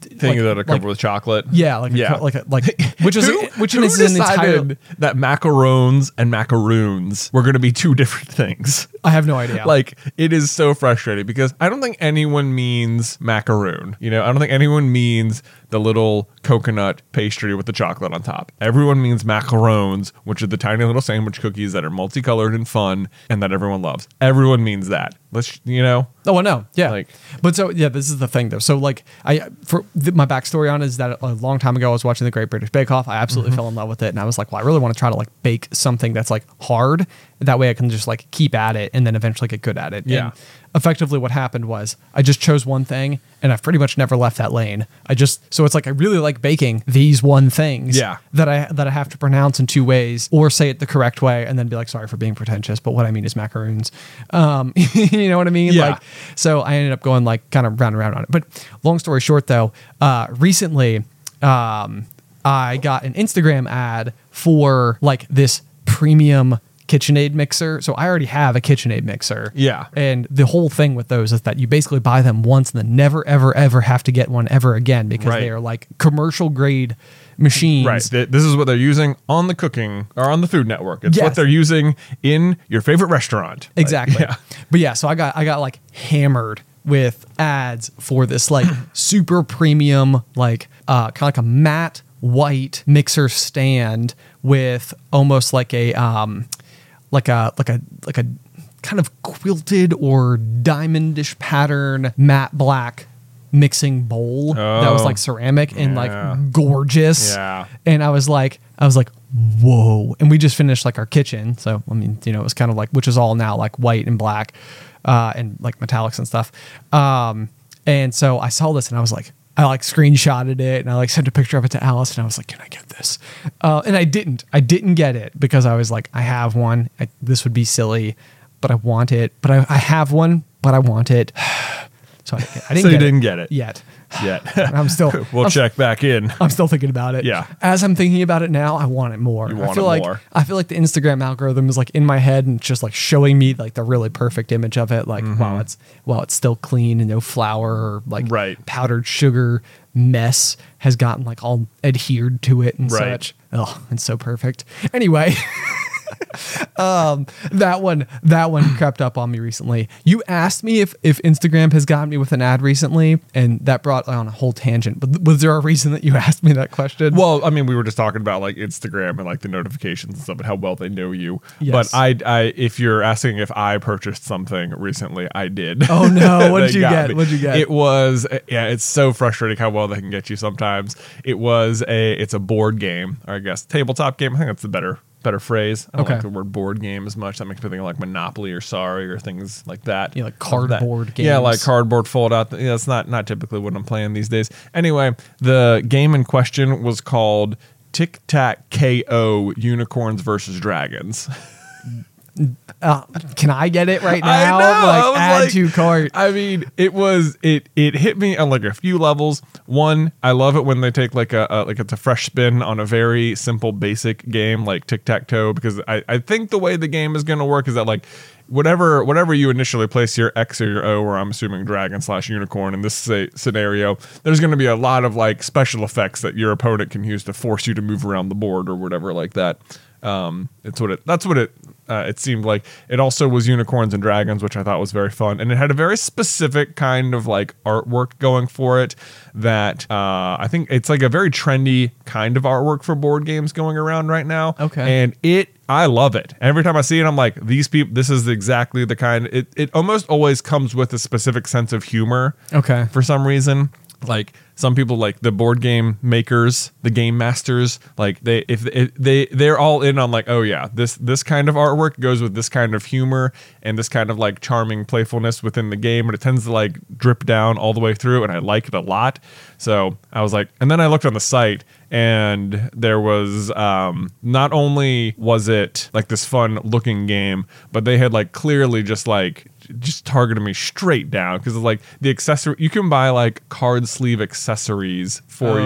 S2: Thing
S1: like-
S2: that are covered
S1: like-
S2: with chocolate.
S1: Yeah, like a, co- like a, like which is
S2: Who-
S1: which
S2: who
S1: is an entire.
S2: decided that macarons and macaroons were going to be two different things.
S1: I have no idea.
S2: Like it is so frustrating because I don't think anyone means macaroon. You know, I don't think anyone means the little coconut pastry with the chocolate on top. Everyone means macarons, which are the tiny little sandwich cookies that are multicolored and fun and that everyone loves. Everyone means that. Let's you know.
S1: Oh, I know. Yeah.
S2: Like-
S1: but so, yeah, this is the thing though. So, like, I, for th- my backstory on it is that a long time ago, I was watching the Great British Bake Off. I absolutely
S2: Mm-hmm.
S1: fell in love with it. And I was like, well, I really want to try to like bake something that's like hard. That way I can just like keep at it and then eventually get good at it.
S2: Yeah.
S1: And effectively, what happened was I just chose one thing and I've pretty much never left that lane. I just, so it's like, I really like baking these one things
S2: Yeah.
S1: that I, that I have to pronounce in two ways or say it the correct way and then be like, sorry for being pretentious. But what I mean is macaroons. Um, you know what I mean?
S2: Yeah.
S1: Like, so I ended up going like kind of round and round on it. But long story short, though, uh, recently um, I got an Instagram ad for like this premium KitchenAid mixer. So I already have a KitchenAid mixer.
S2: Yeah.
S1: And the whole thing with those is that you basically buy them once and then never, ever, ever have to get one ever again because
S2: Right.
S1: they are like commercial grade machines.
S2: Right. Th- This is what they're using on the cooking or on the Food Network. It's what
S1: Yes.
S2: they're using in your favorite restaurant. Like,
S1: Exactly. But yeah, so I got I got like hammered with ads for this like super premium like uh kind of like a matte white mixer stand with almost like a um like a like a like a kind of quilted or diamondish pattern matte black mixing bowl that was
S2: Oh.
S1: like ceramic and
S2: Yeah.
S1: like gorgeous
S2: Yeah.
S1: and I was like, I was like, whoa. And we just finished like our kitchen. So, I mean, you know, it was kind of like, which is all now like white and black uh, and like metallics and stuff. Um, and so I saw this and I was like, I like screenshotted it and I like sent a picture of it to Alice and I was like, can I get this? Uh, and I didn't. I didn't get it because I was like, I have one. I, this would be silly, but I want it. But I, I have one, but I want it. So I, I didn't
S2: So you
S1: get
S2: didn't
S1: it
S2: get it.
S1: yet.
S2: Yet.
S1: I'm still
S2: we'll
S1: I'm
S2: check back in.
S1: I'm still thinking about it.
S2: Yeah.
S1: As I'm thinking about it now, I want it more.
S2: You want
S1: I feel
S2: it
S1: like
S2: more.
S1: I feel like the Instagram algorithm is like in my head and just like showing me like the really perfect image of it. Like
S2: Mm-hmm.
S1: wow, it's wow, it's still clean and no flour or like
S2: Right.
S1: powdered sugar mess has gotten like all adhered to it and
S2: Right.
S1: such. Oh, it's so perfect. Anyway. um that one that one crept up on me recently you asked me if if instagram has gotten me with an ad recently and that brought on a whole tangent but was there a reason that you asked me that question
S2: Well, I mean, we were just talking about like Instagram and like the notifications and stuff and how well they know you.
S1: Yes.
S2: But I, I, if you're asking if I purchased something recently, I did.
S1: Oh, no. What did
S2: They
S1: you
S2: got
S1: get? What did you get?
S2: It was yeah. It's so frustrating how well they can get you sometimes. It was a it's a board game or I guess tabletop game. I think that's the better better phrase. I don't
S1: Okay.
S2: like the word board game as much. That makes me think of like Monopoly or Sorry or things like that.
S1: Yeah, like
S2: Of that-
S1: cardboard
S2: Yeah, like
S1: games.
S2: cardboard fold out. Yeah, that's not not typically what I'm playing these days. Anyway, the game in question was called Tic Tac KO Unicorns versus Dragons.
S1: Uh, can I get it right
S2: I
S1: now?
S2: know, I
S1: Like
S2: was
S1: add
S2: like-
S1: to cart.
S2: I mean, it was it it hit me on like a few levels. One, I love it when they take like a, a like it's a fresh spin on a very simple basic game like tic tac toe because I I think the way the game is going to work is that like whatever whatever you initially place your X or your O or I'm assuming dragon slash unicorn in this sa- scenario, there's going to be a lot of like special effects that your opponent can use to force you to move around the board or whatever like that. Um, it's what it. That's what it. Uh, it seemed like it also was unicorns and dragons, which I thought was very fun, and it had a very specific kind of like artwork going for it. That uh, I think it's like a very trendy kind of artwork for board games going around right now.
S1: Okay.
S2: and it I love it. Every time I see it, I'm like, these people. This is exactly the kind. It it almost always comes with a specific sense of humor
S1: Okay.
S2: for some reason. Like some people, like the board game makers, the game masters, like they if, if they they're all in on like, oh yeah, this this kind of artwork goes with this kind of humor and this kind of like charming playfulness within the game, and it tends to like drip down all the way through, and I like it a lot. So I was like, and then I looked on the site, and there was um, not only was it like this fun looking game, but they had like clearly just like just targeted me straight down because like the accessory you can buy like card sleeve accessories for
S1: Oh,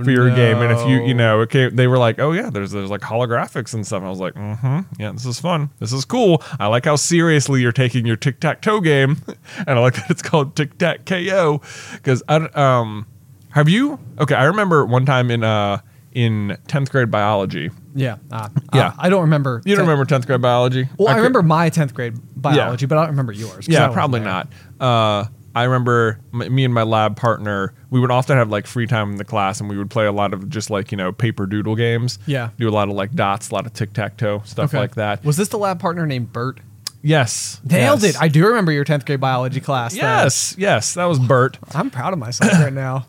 S2: your for your game and if you you
S1: no.
S2: know it came, they were like oh yeah there's there's like holographics and stuff and I was like mm-hmm yeah this is fun this is cool I like how seriously you're taking your tic tac toe game and I like that it's called tic tac KO because I don't- um have you okay I remember one time in uh in 10th grade biology
S1: Yeah. Uh,
S2: Yeah.
S1: uh, I don't remember.
S2: you don't
S1: Ten-
S2: remember 10th grade biology
S1: Well, I
S2: Okay.
S1: remember my 10th grade biology, but I don't remember yours. 'cause I
S2: Yeah,
S1: wasn't
S2: probably
S1: there.
S2: not. Uh, I remember m- me and my lab partner. We would often have like free time in the class, and we would play a lot of just like you know paper doodle games.
S1: Yeah.
S2: do a lot of like dots, a lot of tic tac toe stuff like that.
S1: Was this the lab partner named Bert?
S2: yes,
S1: Nailed
S2: yes.
S1: it. I do remember your 10th grade biology class. though.
S2: yes, yes, that was Bert.
S1: I'm proud of myself right now.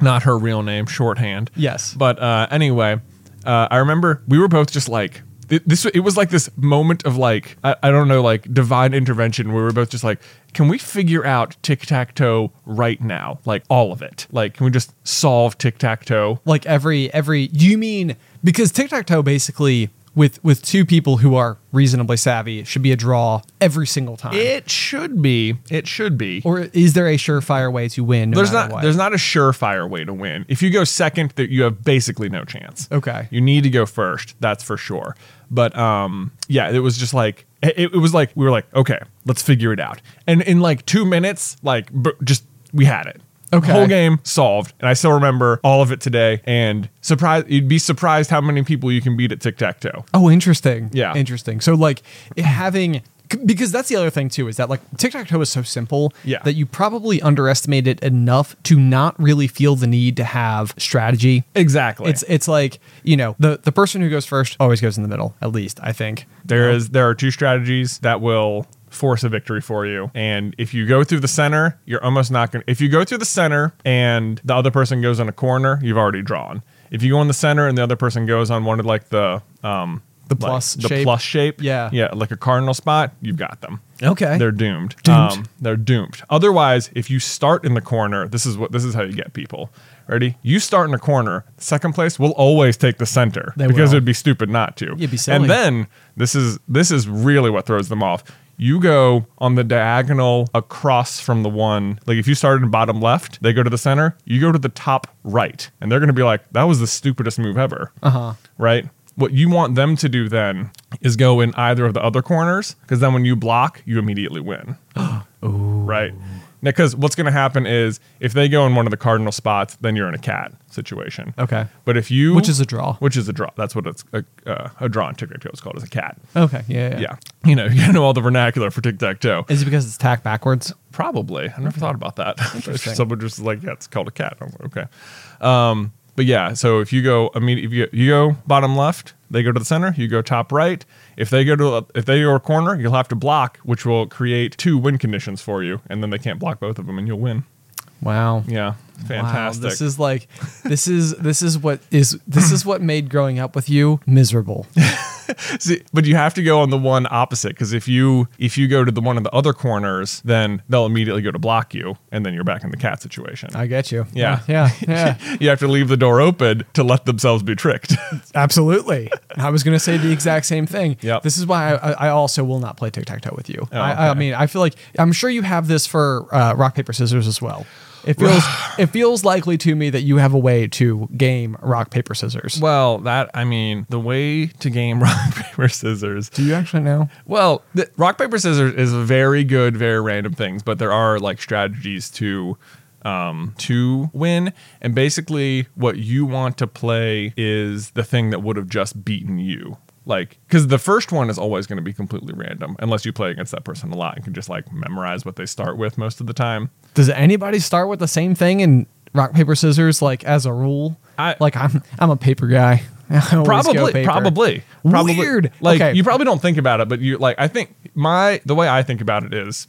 S2: not her real name, shorthand.
S1: Yes.
S2: But uh, anyway, uh, I remember we were both just like th- this. It was like this moment of like I, I don't know, like divine intervention. Where we were both just like, can we figure out tic tac toe right now? Like all of it. Like can we just solve tic tac toe?
S1: Like every every you mean because tic tac toe basically with with two people who are reasonably savvy should be a draw every single time.
S2: It should be. It should be.
S1: or is there a surefire way to win? No
S2: there's
S1: matter
S2: not
S1: what?
S2: there's not a surefire way to win. If you go second, that you have basically no chance.
S1: Okay.
S2: You need to go first. That's for sure. But um, yeah, it was just like it, it was like we were like, okay, let's figure it out. And in like two minutes, like b- just we had it.
S1: Okay.
S2: Whole game solved, and I still remember all of it today. And surprise, you'd be surprised how many people you can beat at tic tac toe.
S1: Oh, interesting.
S2: Yeah.
S1: Interesting. So like it- having c- because that's the other thing too is that like tic tac toe is so simple
S2: Yeah.
S1: that you probably underestimate it enough to not really feel the need to have strategy.
S2: Exactly.
S1: It's it's like you know the the person who goes first always goes in the middle at least I think.
S2: There is there are two strategies that will force a victory for you. And if you go through the center, you're almost not going to if you go through the center and the other person goes on a corner, you've already drawn. If you go in the center and the other person goes on one of like the um
S1: The
S2: like,
S1: plus
S2: the
S1: shape?
S2: plus shape.
S1: Yeah.
S2: Yeah, like a cardinal spot, you've got them.
S1: Okay.
S2: They're doomed. Um,
S1: Doomed.
S2: they're doomed. Otherwise, if you start in the corner, this is what this is how you get people. Ready? You start in the corner. Second place will always take the center
S1: They
S2: because
S1: will.
S2: it'd be stupid not to.
S1: You'd be silly.
S2: and then this is this is really what throws them off. You go on the diagonal across from the one. Like if you started in bottom left, they go to the center. You go to the top right, and they're going to be like, "That was the stupidest move ever." Uh huh. Right. What you want them to do then is go in either of the other corners, because then when you block, you immediately win right? Because what's going to happen is if they go in one of the cardinal spots, then you're in a cat situation.
S1: Okay.
S2: But if you,
S1: Which is a draw.
S2: which is a draw. That's what it's a, uh, a draw in tic tac toe is called, is a cat.
S1: Okay. Yeah. Yeah.
S2: Yeah. you know, you know all the vernacular for tic tac toe.
S1: Is it because it's tack backwards?
S2: Probably. I never thought about that.
S1: Interesting.
S2: Someone just like, yeah, it's called a cat. I'm like, okay. Um, but yeah, so if you go, I mean, if you, you go bottom left, they go to the center. You go top right. If they go to, if they go a corner, you'll have to block, which will create two win conditions for you, and then they can't block both of them, and you'll win.
S1: Wow.
S2: Yeah, fantastic.
S1: Wow, this is like this is this is what is this is what made growing up with you miserable.
S2: See, but you have to go on the one opposite because if you if you go to the one of the other corners, then they'll immediately go to block you, and then you're back in the cat situation.
S1: I get you.
S2: Yeah.
S1: Yeah. Yeah.
S2: you have to leave the door open to let themselves be tricked.
S1: Absolutely. I was going to say the exact same thing.
S2: Yep. Oh,
S1: This is why I, I also will not play tic tac toe with you. I, I
S2: okay.
S1: mean, I feel like I'm sure you have this for uh, rock paper scissors as well. It feels it feels likely to me that you have a way to game rock paper scissors.
S2: well, that I mean, the way to game rock paper scissors
S1: Do you actually know?
S2: Well, the, rock paper scissors is very good, very random things, but there are like strategies to um, to win. And basically, what you want to play is the thing that would have just beaten you. Like, because the first one is always going to be completely random, unless you play against that person a lot and can just like memorize what they start with most of the time.
S1: Does anybody start with the same thing in rock paper scissors like as a rule?
S2: I-
S1: like I'm I'm a paper guy. I always go
S2: probably
S1: paper.
S2: probably
S1: Weird.
S2: like
S1: Okay.
S2: you probably don't think about it but you like i think my the way i think about it is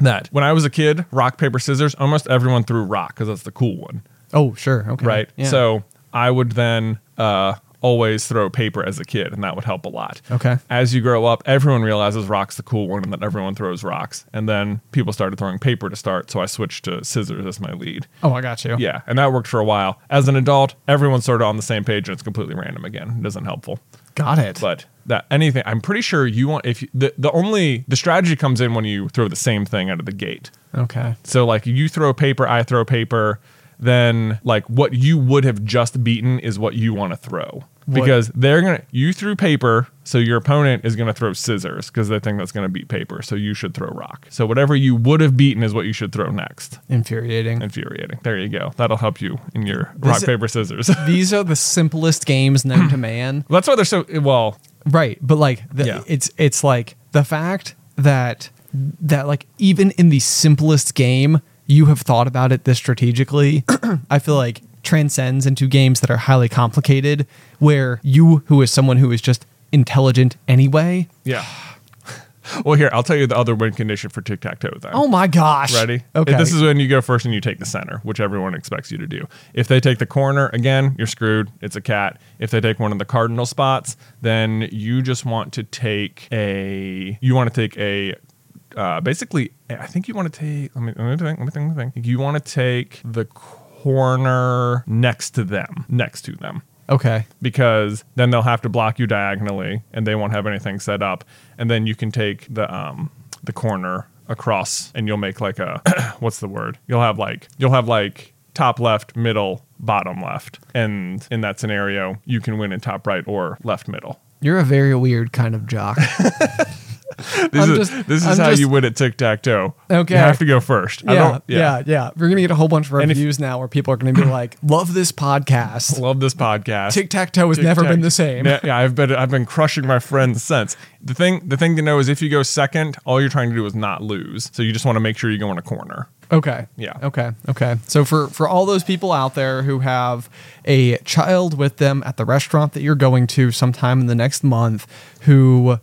S2: that when i was a kid rock paper scissors almost everyone threw rock because that's the cool one
S1: Oh sure. Okay.
S2: right
S1: Yeah.
S2: so i would then uh always throw paper as a kid and that would help a lot
S1: Okay.
S2: as you grow up everyone realizes rock's the cool one and that everyone throws rocks and then people started throwing paper to start so i switched to scissors as my lead
S1: Oh I got you.
S2: yeah and that worked for a while as an adult everyone's sort of on the same page and it's completely random again it isn't helpful
S1: Got it.
S2: but that anything i'm pretty sure you want if you, the, the only the strategy comes in when you throw the same thing out of the gate
S1: okay.
S2: so like you throw paper i throw paper then like what you would have just beaten is what you want to throw
S1: What-
S2: because they're gonna you threw paper so your opponent is gonna throw scissors because they think that's gonna beat paper so you should throw rock so whatever you would have beaten is what you should throw next
S1: Infuriating.
S2: infuriating there you go that'll help you in your
S1: This
S2: rock
S1: is-
S2: paper scissors
S1: These are the simplest games known to man.
S2: that's why they're so well
S1: Right, but like the,
S2: Yeah.
S1: it's it's like the fact that that like even in the simplest game you have thought about it this strategically. I feel like transcends into games that are highly complicated where you who is someone who is just intelligent anyway.
S2: Yeah. Well, here I'll tell you the other win condition for tic tac toe. Then
S1: Oh my gosh.
S2: ready?
S1: Okay.
S2: This is when you go first and you take the center, which everyone expects you to do. If they take the corner, again, you're screwed. It's a cat. If they take one of the cardinal spots, then you just want to take a. You want to take a. Uh, basically, I think you want to take. Let me, let me think. Let me think. Let me think. You want to take the corner next to them. Next to them
S1: okay.
S2: because then they'll have to block you diagonally and they won't have anything set up and then you can take the um the corner across and you'll make like a what's the word you'll have like you'll have like top left middle bottom left and in that scenario you can win in top right or left middle
S1: You're a very weird kind of jock.
S2: this
S1: I'm
S2: is
S1: just-
S2: this is
S1: I'm
S2: how
S1: just-
S2: you win at tic-tac-toe
S1: Okay.
S2: you have to go first I
S1: yeah,
S2: don't,
S1: yeah, yeah, We're gonna get a whole bunch of
S2: And if-
S1: reviews now where people are gonna be like, "Love this podcast.
S2: love this podcast
S1: Tic Tac Toe has never
S2: Tic-tac.
S1: been the same."
S2: Yeah, yeah, I've been I've been crushing my friends since. The thing the thing to know is if you go second, all you're trying to do is not lose. So you just want to make sure you go in a corner.
S1: Okay.
S2: Yeah.
S1: Okay. Okay. So for for all those people out there who have a child with them at the restaurant that you're going to sometime in the next month, who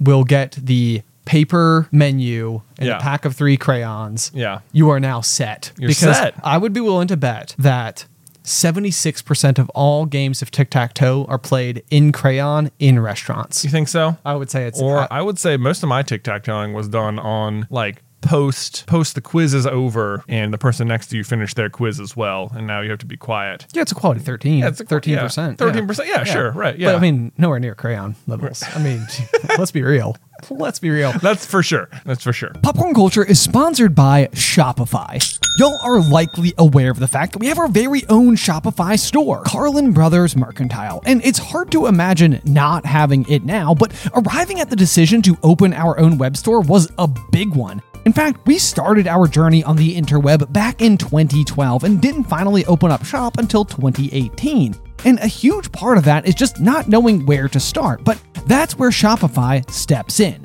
S1: will get the paper menu and
S2: Yeah.
S1: a pack of three crayons,
S2: Yeah.
S1: you are now set.
S2: You're
S1: because
S2: set.
S1: I would be willing to bet that. 76% of all games of tic tac toe are played in crayon in restaurants.
S2: You think so?
S1: I would say it's
S2: Or I would say most of my tic tac toeing was done on like post post the quiz is over and the person next to you finished their quiz as well and now you have to be quiet.
S1: Yeah, it's a quality 13.
S2: it's a-
S1: thirteen
S2: yeah.
S1: percent.
S2: 13%, yeah, sure, right, yeah.
S1: But I mean, nowhere near crayon levels. I mean, let's be real. Let's be real.
S2: That's for sure. That's for sure.
S1: Popcorn Culture is sponsored by Shopify. Y'all are likely aware of the fact that we have our very own Shopify store, Carlin Brothers Mercantile. And it's hard to imagine not having it now, but arriving at the decision to open our own web store was a big one. In fact, we started our journey on the interweb back in 2012 and didn't finally open up shop until 2018. And a huge part of that is just not knowing where to start, but that's where Shopify steps in.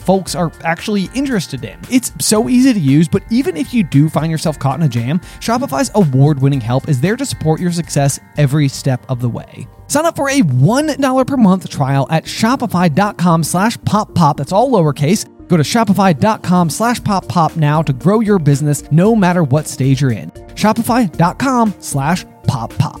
S1: folks are actually interested in. It's so easy to use, but even if you do find yourself caught in a jam, Shopify's award winning help is there to support your success every step of the way. Sign up for a $1 per month trial at shopify.com slash pop pop. That's all lowercase. Go to shopify.com slash pop pop now to grow your business no matter what stage you're in. Shopify.com slash pop pop.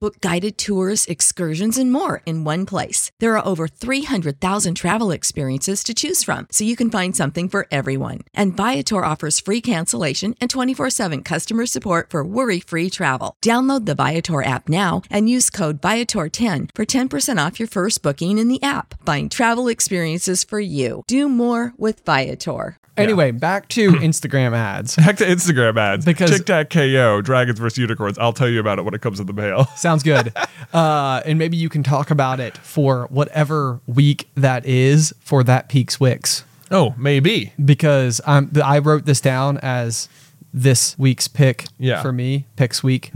S3: Book guided tours, excursions, and more in one place. There are over 300,000 travel experiences to choose from, so you can find something for everyone. And Viator offers free cancellation and 24 7 customer support for worry free travel. Download the Viator app now and use code Viator10 for 10% off your first booking in the app. Find travel experiences for you. Do more with Viator.
S1: Anyway, back to Instagram ads.
S2: Back to Instagram ads.
S1: Because-
S2: Tic Tac KO, Dragons vs. Unicorns. I'll tell you about it when it comes in the mail.
S1: Sounds good. uh, and maybe you can talk about it for whatever week that is for that Peaks Wicks.
S2: Oh, maybe.
S1: because um, th- I wrote this down as this week's pick
S2: Yeah.
S1: for me. Picks week.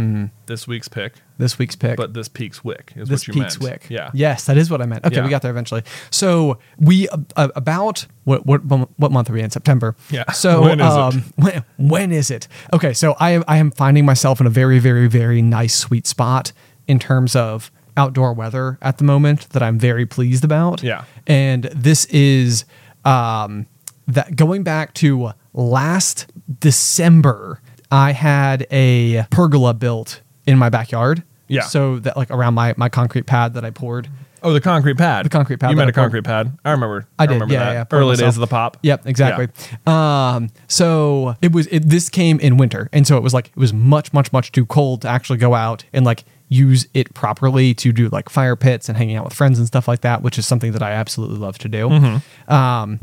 S2: This week's pick,
S1: This week's pick.
S2: but this peaks wick is
S1: this
S2: what you
S1: peaks
S2: meant.
S1: wick.
S2: Yeah.
S1: Yes, that is what I meant. Okay,
S2: Yeah.
S1: we got there eventually. So we uh, uh, about what what what month are we in? September.
S2: Yeah.
S1: So
S2: When is it?
S1: um, when, when is it? Okay, so I am I am finding myself in a very very very nice sweet spot in terms of outdoor weather at the moment that I'm very pleased about.
S2: Yeah.
S1: And this is um that going back to last December, I had a pergola built in my backyard.
S2: Yeah.
S1: So that like around my my concrete pad that I poured.
S2: Oh, the concrete pad. The
S1: concrete pad
S2: You
S1: that
S2: meant
S1: I
S2: a concrete pad. I remember.
S1: I did.
S2: remember
S1: yeah,
S2: that.
S1: yeah. poured
S2: Early
S1: myself.
S2: days of the pop.
S1: Yep, exactly. Um, so it was it, this came in winter, and so it was like it was much, much, much too cold to actually go out and like use it properly to do like fire pits and hanging out with friends and
S2: Mm-hmm.
S1: stuff like that, which is something that I absolutely love to do. Um,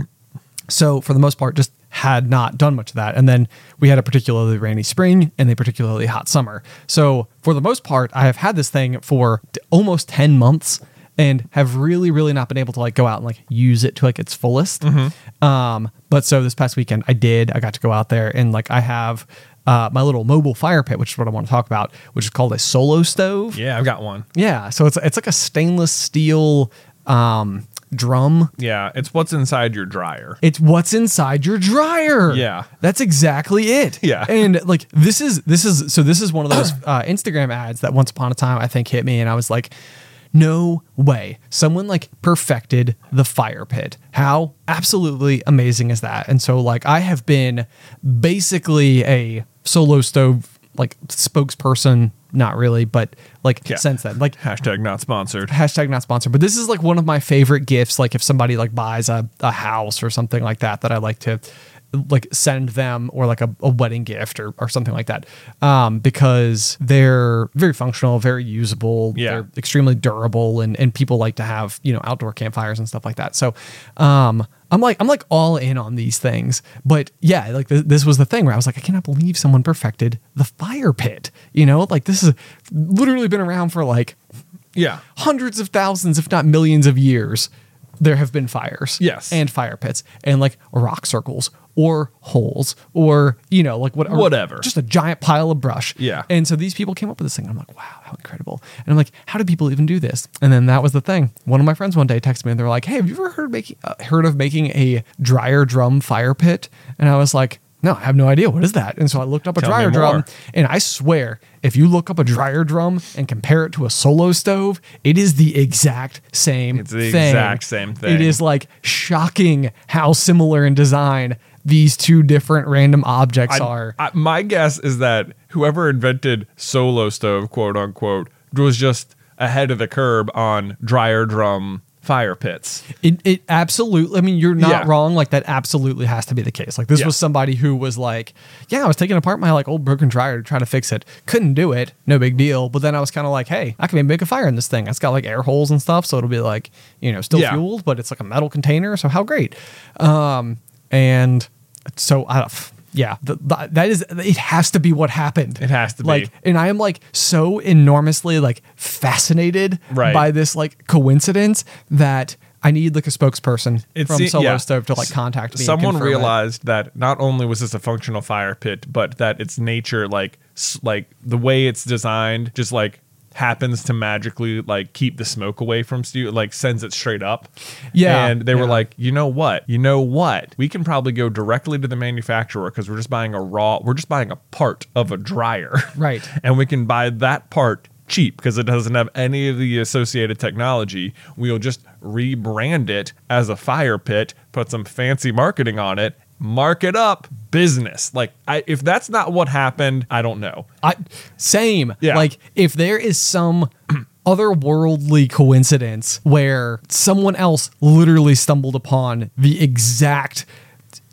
S1: so for the most part, just had not done much of that. And then we had a particularly rainy spring and a particularly hot summer. So, for the most part, I have had this thing for d- almost 10 months and have really, really not been able to like go out and like use it to like its fullest. Um, but so this past weekend I did, I got to go out there and like I have uh, my little mobile fire pit, which is what I want to talk about, which is called a solo stove.
S2: Yeah, I've got one.
S1: Yeah, so it's it's like a stainless steel um, drum.
S2: Yeah, it's what's inside your dryer.
S1: It's what's inside your dryer.
S2: Yeah.
S1: that's exactly it.
S2: Yeah.
S1: and like this is this is so this is one of those uh, Instagram ads that once upon a time I think hit me, and I was like, no way, someone like perfected the fire pit. How absolutely amazing is that? And so like I have been basically a solo stove like spokesperson. Not really, but like
S2: Yeah.
S1: since then, like
S2: Hashtag not sponsored.
S1: hashtag not sponsored, but this is like one of my favorite gifts. Like if somebody like buys a, a house or something like that, that I like to like send them or like a, a wedding gift or, or something like that. Um, because they're very functional, very usable.
S2: Yeah.
S1: They're extremely durable and, and people like to have, you know, outdoor campfires and stuff like that. So, um, I'm like, I'm like all in on these things, but yeah, like th- this was the thing where I was like, I cannot believe someone perfected the fire pit, you know, like this has literally been around for like
S2: Yeah.
S1: hundreds of thousands, if not millions of years, there have been fires.
S2: Yes.
S1: And fire pits and like rock circles or holes or, you know, like what, or
S2: Whatever.
S1: Just a giant pile of brush.
S2: Yeah.
S1: And so these people came up with this thing. And I'm like, wow, how incredible. And I'm like, how do people even do this? And then that was the thing. One of my friends one day texted me and they're like, hey, have you ever heard, making, uh, heard of making a dryer drum fire pit? And I was like, no, I have no idea. What is that? And so I looked up a
S2: Tell me
S1: dryer drum
S2: more.
S1: and I swear, if you look up a dryer drum and compare it to a solo stove, it is the exact same
S2: It's the
S1: thing.
S2: exact same thing.
S1: It is like shocking how similar in design these two different random objects
S2: I-
S1: are.
S2: I, my guess is that whoever invented solo stove, quote unquote, was just ahead of the curb on dryer drum fire pits.
S1: It, it absolutely, I mean, you're not
S2: Yeah.
S1: wrong. Like, that absolutely has to be the case. Like, this
S2: Yeah.
S1: was somebody who was like, yeah, I was taking apart my like old broken dryer to try to fix it. Couldn't do it. No big deal. But then I was kind of like, hey, I can maybe make a fire in this thing. It's got like air holes and stuff. So it'll be like, you know, still
S2: Yeah.
S1: fueled, but it's like a metal container. So how great. Um, and so I, yeah, th th- that is, it has to be what happened.
S2: It has to be.
S1: Like, and I am like so enormously like fascinated
S2: Right.
S1: by this like coincidence that I need like a spokesperson
S2: It
S1: from
S2: se-
S1: Solo
S2: yeah.
S1: Stove to like contact me. and
S2: Someone
S1: confirm it.
S2: realized that not only was this a functional fire pit, but that its nature, like s- like the way it's designed, just like happens to magically like keep the smoke away from you, like sends it straight up.
S1: Yeah,
S2: and they were
S1: yeah.
S2: like, you know what, you know what, we can probably go directly to the manufacturer because we're just buying a raw, we're just buying a part of a dryer,
S1: Right.
S2: and we can buy that part cheap because it doesn't have any of the associated technology. We'll just rebrand it as a fire pit, put some fancy marketing on it, mark it up, business. Like I, if that's not what happened, I don't know.
S1: I, same.
S2: Yeah.
S1: Like if there is some otherworldly coincidence where someone else literally stumbled upon the exact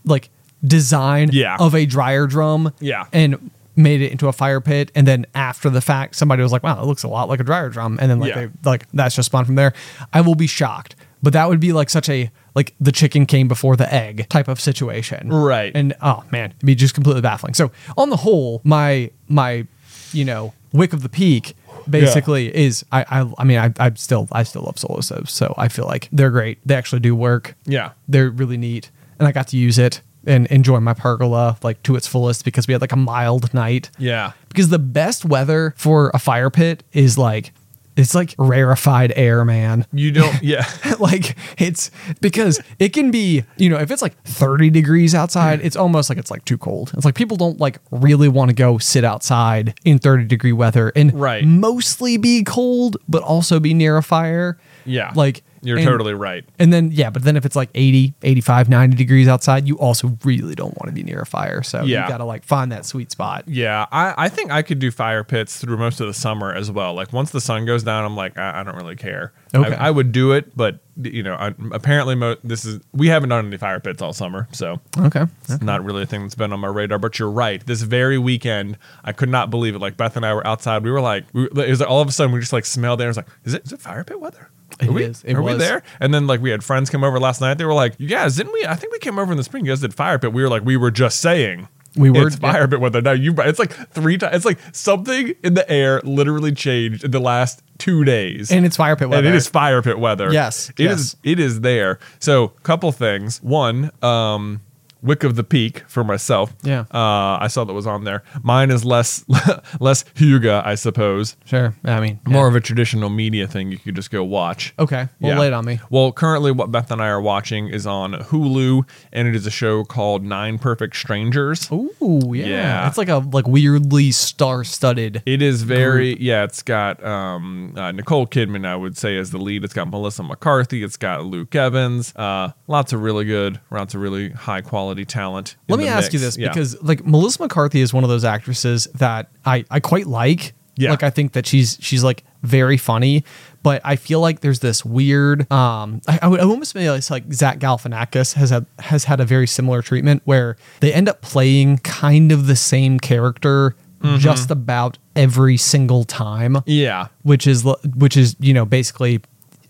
S1: like design
S2: Yeah.
S1: of a dryer drum
S2: Yeah.
S1: and made it into a fire pit and then after the fact somebody was like wow it looks a lot like a dryer drum and then like
S2: Yeah.
S1: they like that's just spawned from there i will be shocked but that would be like such a like the chicken came before the egg type of situation
S2: Right.
S1: and oh man, it'd be just completely baffling. So on the whole, my my you know wick of the peak basically is I, I I mean I I still I still love solo stoves, so I feel like they're great. They actually do work.
S2: Yeah.
S1: they're really neat, and I got to use it and enjoy my pergola like to its fullest because we had like a mild night.
S2: Yeah.
S1: Because the best weather for a fire pit is like it's like rarefied air, man
S2: You don't. Yeah.
S1: like it's because it can be you know if it's like 30 degrees
S2: Mm.
S1: outside it's almost like it's like too cold it's like people don't like really want to go sit outside in 30 degree weather and
S2: Right.
S1: mostly be cold but also be near a fire
S2: Yeah.
S1: like
S2: you're
S1: and-
S2: totally right.
S1: and then yeah but then if it's like 80 85 90 degrees outside you also really don't want to be near a fire so
S2: Yeah.
S1: you gotta like find that sweet spot
S2: Yeah, I, I think I could do fire pits through most of the summer as well. Like once the sun goes down, I'm like I, I don't really care.
S1: Okay.
S2: I, I would do it, but you know, I, apparently mo- this is we haven't done any fire pits all summer, so
S1: okay
S2: it's not really a thing that's been on my radar. But you're right. This very weekend, I could not believe it. Like Beth and I were outside. We were like, we, it was all of a sudden we just like smelled there. It was like, is it is it fire pit weather?
S1: It
S2: Are we,
S1: is. It
S2: are we
S1: was.
S2: there? And then like we had friends come over last night. They were like, "You guys didn't we? I think we came over in the spring. You guys did fire pit. We were like, we were just saying."
S1: We were-
S2: it's fire pit weather now. You, it's like three times. It's like something in the air literally changed in the last two days,
S1: And it's fire pit weather.
S2: And it is fire pit weather.
S1: Yes,
S2: it is.
S1: yes.
S2: It is there. So, couple things. One, um, Wick of the Peak for myself.
S1: Yeah.
S2: Uh, I saw that was on there. Mine is less less Huga, I suppose.
S1: Sure. I mean, yeah.
S2: More of a traditional media thing. You could just go watch.
S1: Okay. Well,
S2: Yeah.
S1: lay it on me.
S2: Well, currently, what Beth and I are watching is on Hulu, and it is a show called Nine Perfect Strangers.
S1: Ooh, yeah.
S2: Yeah.
S1: It's like a like weirdly star-studded.
S2: It is very yeah. It's got um, uh, Nicole Kidman, I would say, as the lead. It's got Melissa McCarthy. It's got Luke Evans. Uh, lots of really good, lots of really high quality talent. in
S1: Let me
S2: the
S1: ask you
S2: mix.
S1: this
S2: Yeah.
S1: because like Melissa McCarthy is one of those actresses that I I quite like.
S2: Yeah.
S1: Like I think that she's she's like very funny, but I feel like there's this weird um I, I would I would almost feel like, like Zach Galifianakis has had has had a very similar treatment where they end up playing kind of the same character
S2: Mm-hmm.
S1: just about every single time
S2: yeah,
S1: which is l- which is you know basically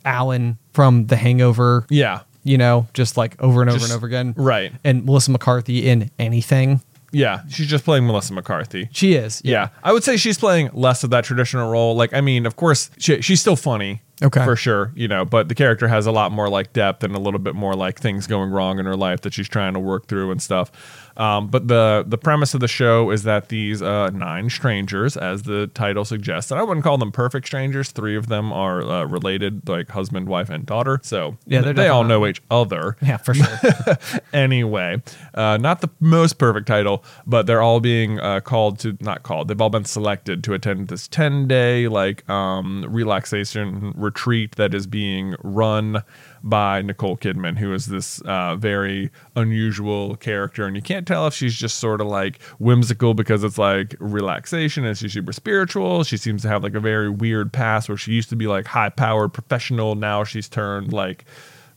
S1: Alan from The Hangover.
S2: yeah,
S1: You know, just like over and over
S2: Just-
S1: and over again.
S2: right.
S1: And Melissa McCarthy in anything.
S2: yeah. She's just playing Melissa McCarthy.
S1: She is.
S2: Yeah, I would say she's playing less of that traditional role. Like, I mean, of course, she, she's still funny,
S1: Okay.
S2: for sure, you know. But the character has a lot more like depth and a little bit more like things going wrong in her life that she's trying to work through and stuff. Um, but the the premise of the show is that these uh, nine strangers, as the title suggests, and I wouldn't call them perfect strangers. Three of them are uh, related, like husband, wife, and daughter. So
S1: Yeah, they're
S2: they all
S1: definitely-
S2: know each other
S1: Yeah, for sure.
S2: anyway, uh, not the most perfect title, but they're all being uh, called to not called. They've all been selected to attend this ten day like um, relaxation retreat that is being run by Nicole Kidman, who is this uh, very unusual character, and you can't tell if she's just sort of like whimsical because it's like relaxation and she's super spiritual. She seems to have like a very weird past where she used to be like high powered professional. Now she's turned like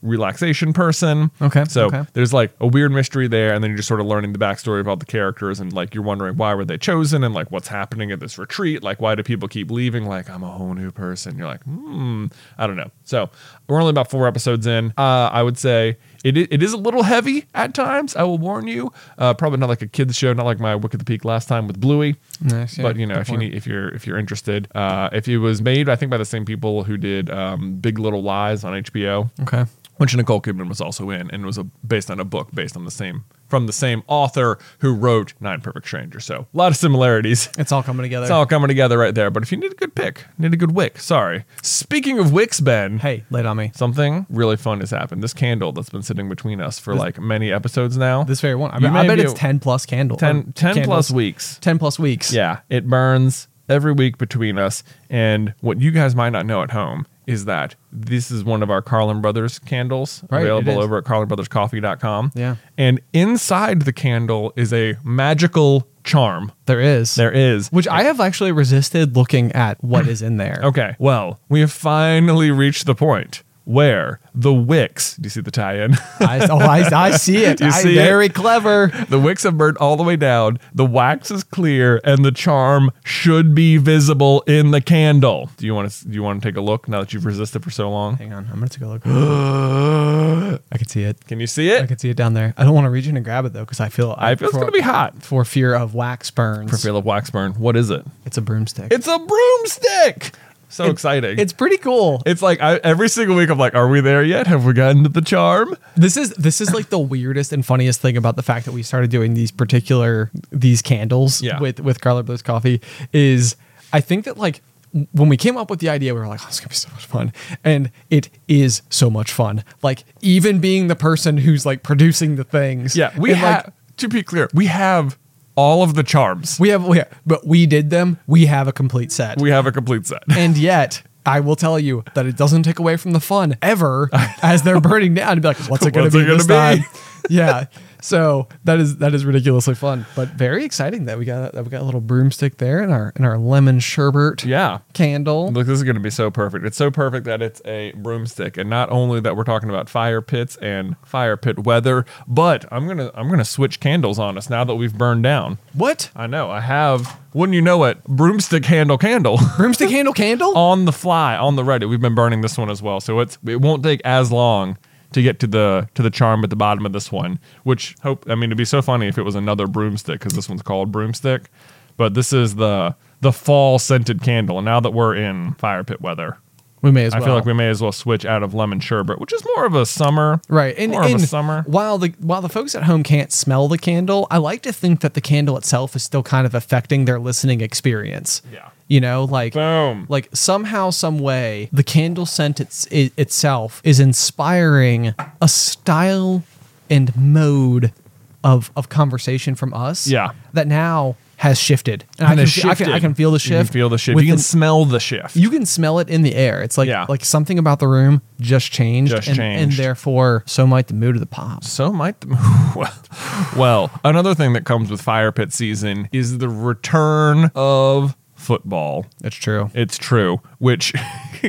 S2: relaxation person.
S1: Okay,
S2: So
S1: okay.
S2: there's like a weird mystery there, and then you're just sort of learning the backstory of all the characters, and like you're wondering why were they chosen, and like what's happening at this retreat, like why do people keep leaving? Like I'm a whole new person. You're like, hmm, I don't know. So we're only about four episodes in. Uh, I would say it i- it is a little heavy at times. I will warn you. Uh, probably not like a kids show, not like my Wicked the Peak last time with Bluey.
S1: Nice, yeah,
S2: but you know,
S1: good
S2: if you
S1: point.
S2: need, if you're if you're interested, uh, if it was made, I think by the same people who did um, Big Little Lies on HBO
S1: okay.
S2: which Nicole Kidman was also in, and was a, based on a book based on the same from the same author who wrote Nine Perfect Strangers. So a lot of similarities.
S1: It's all coming together.
S2: It's all coming together right there. But if you need a good pick, need a good wick. Sorry. Speaking of wicks, Ben.
S1: hey, lay it on me.
S2: Something really fun has happened. This candle that's been sitting between us for like many episodes now.
S1: This very one. I,
S2: You
S1: bet- I
S2: may
S1: bet
S2: be-
S1: it's ten plus candle.
S2: 10,
S1: or
S2: 10
S1: candles.
S2: plus weeks.
S1: Ten plus weeks.
S2: Yeah, it burns every week between us. And what you guys might not know at home is that this is one of our Carlin Brothers candles
S1: Right, it
S2: available
S1: is.
S2: over at carlinbrotherscoffee.com.
S1: Yeah.
S2: And inside the candle is a magical charm.
S1: There is.
S2: There is.
S1: Which I have actually resisted looking at what is in there.
S2: Okay. Well, we have finally reached the point where the wicks, do you see the tie-in?
S1: I, oh, I, I see it.
S2: You
S1: I-
S2: see it?
S1: very clever.
S2: The wicks have burnt all the way down. The wax is clear, and the charm should be visible in the candle. Do you want to? Do you want to take a look now that you've resisted for so long?
S1: Hang on. I'm gonna take a look. I can see it.
S2: Can you see it?
S1: I can see it down there. I don't want to reach in and grab it though, because I feel
S2: I feel it's
S1: for-
S2: gonna be hot.
S1: for fear of wax burns.
S2: For fear of wax burn. What is it?
S1: It's a broomstick.
S2: It's a broomstick. So
S1: It-
S2: exciting.
S1: It's pretty cool.
S2: It's like I, every single week I'm like, are we there yet? Have we gotten to the charm?
S1: this is this is like the weirdest and funniest thing about the fact that we started doing these particular these candles
S2: Yeah.
S1: with with Carla Bliss Coffee is I think that like when we came up with the idea, we were like, "Oh, it's gonna be so much fun," and it is so much fun. Like even being the person who's like producing the things,
S2: Yeah, we
S1: and,
S2: have.
S1: like,
S2: to be clear, we have all of the charms.
S1: we have, we have, but we did them. We have a complete set.
S2: we have a complete set.
S1: And yet, I will tell you that it doesn't take away from the fun ever as they're burning down and be like, what's it going
S2: What's
S1: to be
S2: it gonna
S1: this
S2: be?
S1: time? yeah. So that is that is ridiculously fun, but very exciting that we got that we got a little broomstick there and our and our lemon sherbet
S2: Yeah.
S1: candle.
S2: Look, this is going to be so perfect. It's so perfect that it's a broomstick, and not only that we're talking about fire pits and fire pit weather, but I'm gonna I'm gonna switch candles on us now that we've burned down.
S1: What
S2: I know I have. Wouldn't you know it? Broomstick handle candle
S1: broomstick handle candle?
S2: on the fly on the Reddit. We've been burning this one as well, so it's it won't take as long to get to the to the charm at the bottom of this one. Which hope I mean it'd be so funny if it was another broomstick because this one's called broomstick, but this is the the fall scented candle. And now that we're in fire pit weather,
S1: We may as
S2: I
S1: well.
S2: feel like we may as well switch out of lemon sherbet, which is more of a summer,
S1: Right, and,
S2: more of
S1: and
S2: a summer.
S1: while the while the folks at home can't smell the candle, I like to think that the candle itself is still kind of affecting their listening experience.
S2: Yeah.
S1: you know, like
S2: Boom.
S1: like somehow, some way, the candle scent it's, it, itself is inspiring a style and mode of of conversation from us.
S2: Yeah.
S1: that now has shifted, and, I,
S2: And
S1: can
S2: it's
S1: feel, I, can, I
S2: shifted.
S1: can feel the
S2: You
S1: shift.
S2: can feel the shift.
S1: with
S2: You can
S1: the-
S2: smell the shift.
S1: you can smell it in the air. It's like
S2: Yeah.
S1: like something about the room just changed,
S2: Just
S1: and, and
S2: changed.
S1: therefore so might the mood of the pops.
S2: so might the, well, well another thing that comes with fire pit season is the return of football
S1: It's true.
S2: it's true which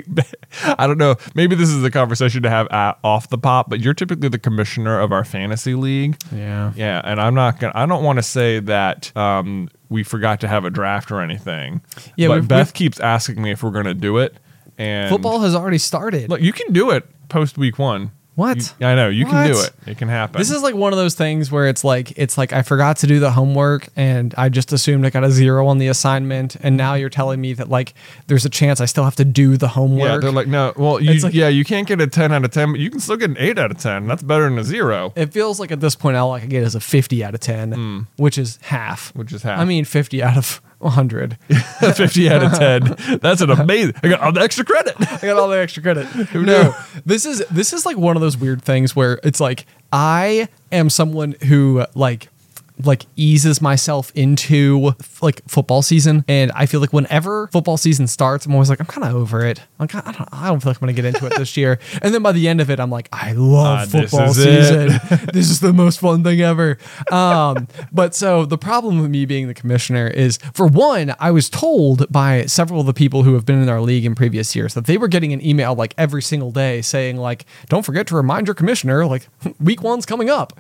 S2: i don't know maybe this is a conversation to have at, off the pop but you're typically the commissioner of our fantasy league
S1: yeah.
S2: yeah and i'm not gonna i don't want to say that um, we forgot to have a draft or anything
S1: Yeah,
S2: but
S1: we've-
S2: beth
S1: we've-
S2: keeps asking me if we're gonna do it and
S1: Football has already started.
S2: look you can do it post week one
S1: What?
S2: You- i know you can do
S1: What?
S2: it it can happen
S1: this is like one of those things where it's like it's like I forgot to do the homework and I just assumed I got a zero on the assignment and now you're telling me that like there's a chance I still have to do the homework.
S2: Yeah, they're like, no, well, you,
S1: It's like-
S2: yeah, you can't get a 10 out of 10, but you can still get an 8 out of 10. That's better than a 0.
S1: it feels like at this point all I could get is a 50 out of 10, which is half.
S2: Hmm. Which is half.
S1: I mean 50 out of 100. I
S2: 50 out of 10. That's an amazing. I got all the extra credit.
S1: got all the extra credit. no. This is this is like one of those weird things where it's like I am someone who like like eases myself into f- like football season and I feel like whenever football season starts I'm always like I'm kind of over it. I'm kind I don't I don't feel like I'm going to get into it this year. And then by the end of it I'm like I love
S2: Ah, this
S1: football
S2: is it.
S1: season. this is the most fun thing ever. Um, but so the problem with me being the commissioner is, for one, I was told by several of the people who have been in our league in previous years that they were getting an email like every single day saying like, "Don't forget to remind your commissioner like week one's coming up."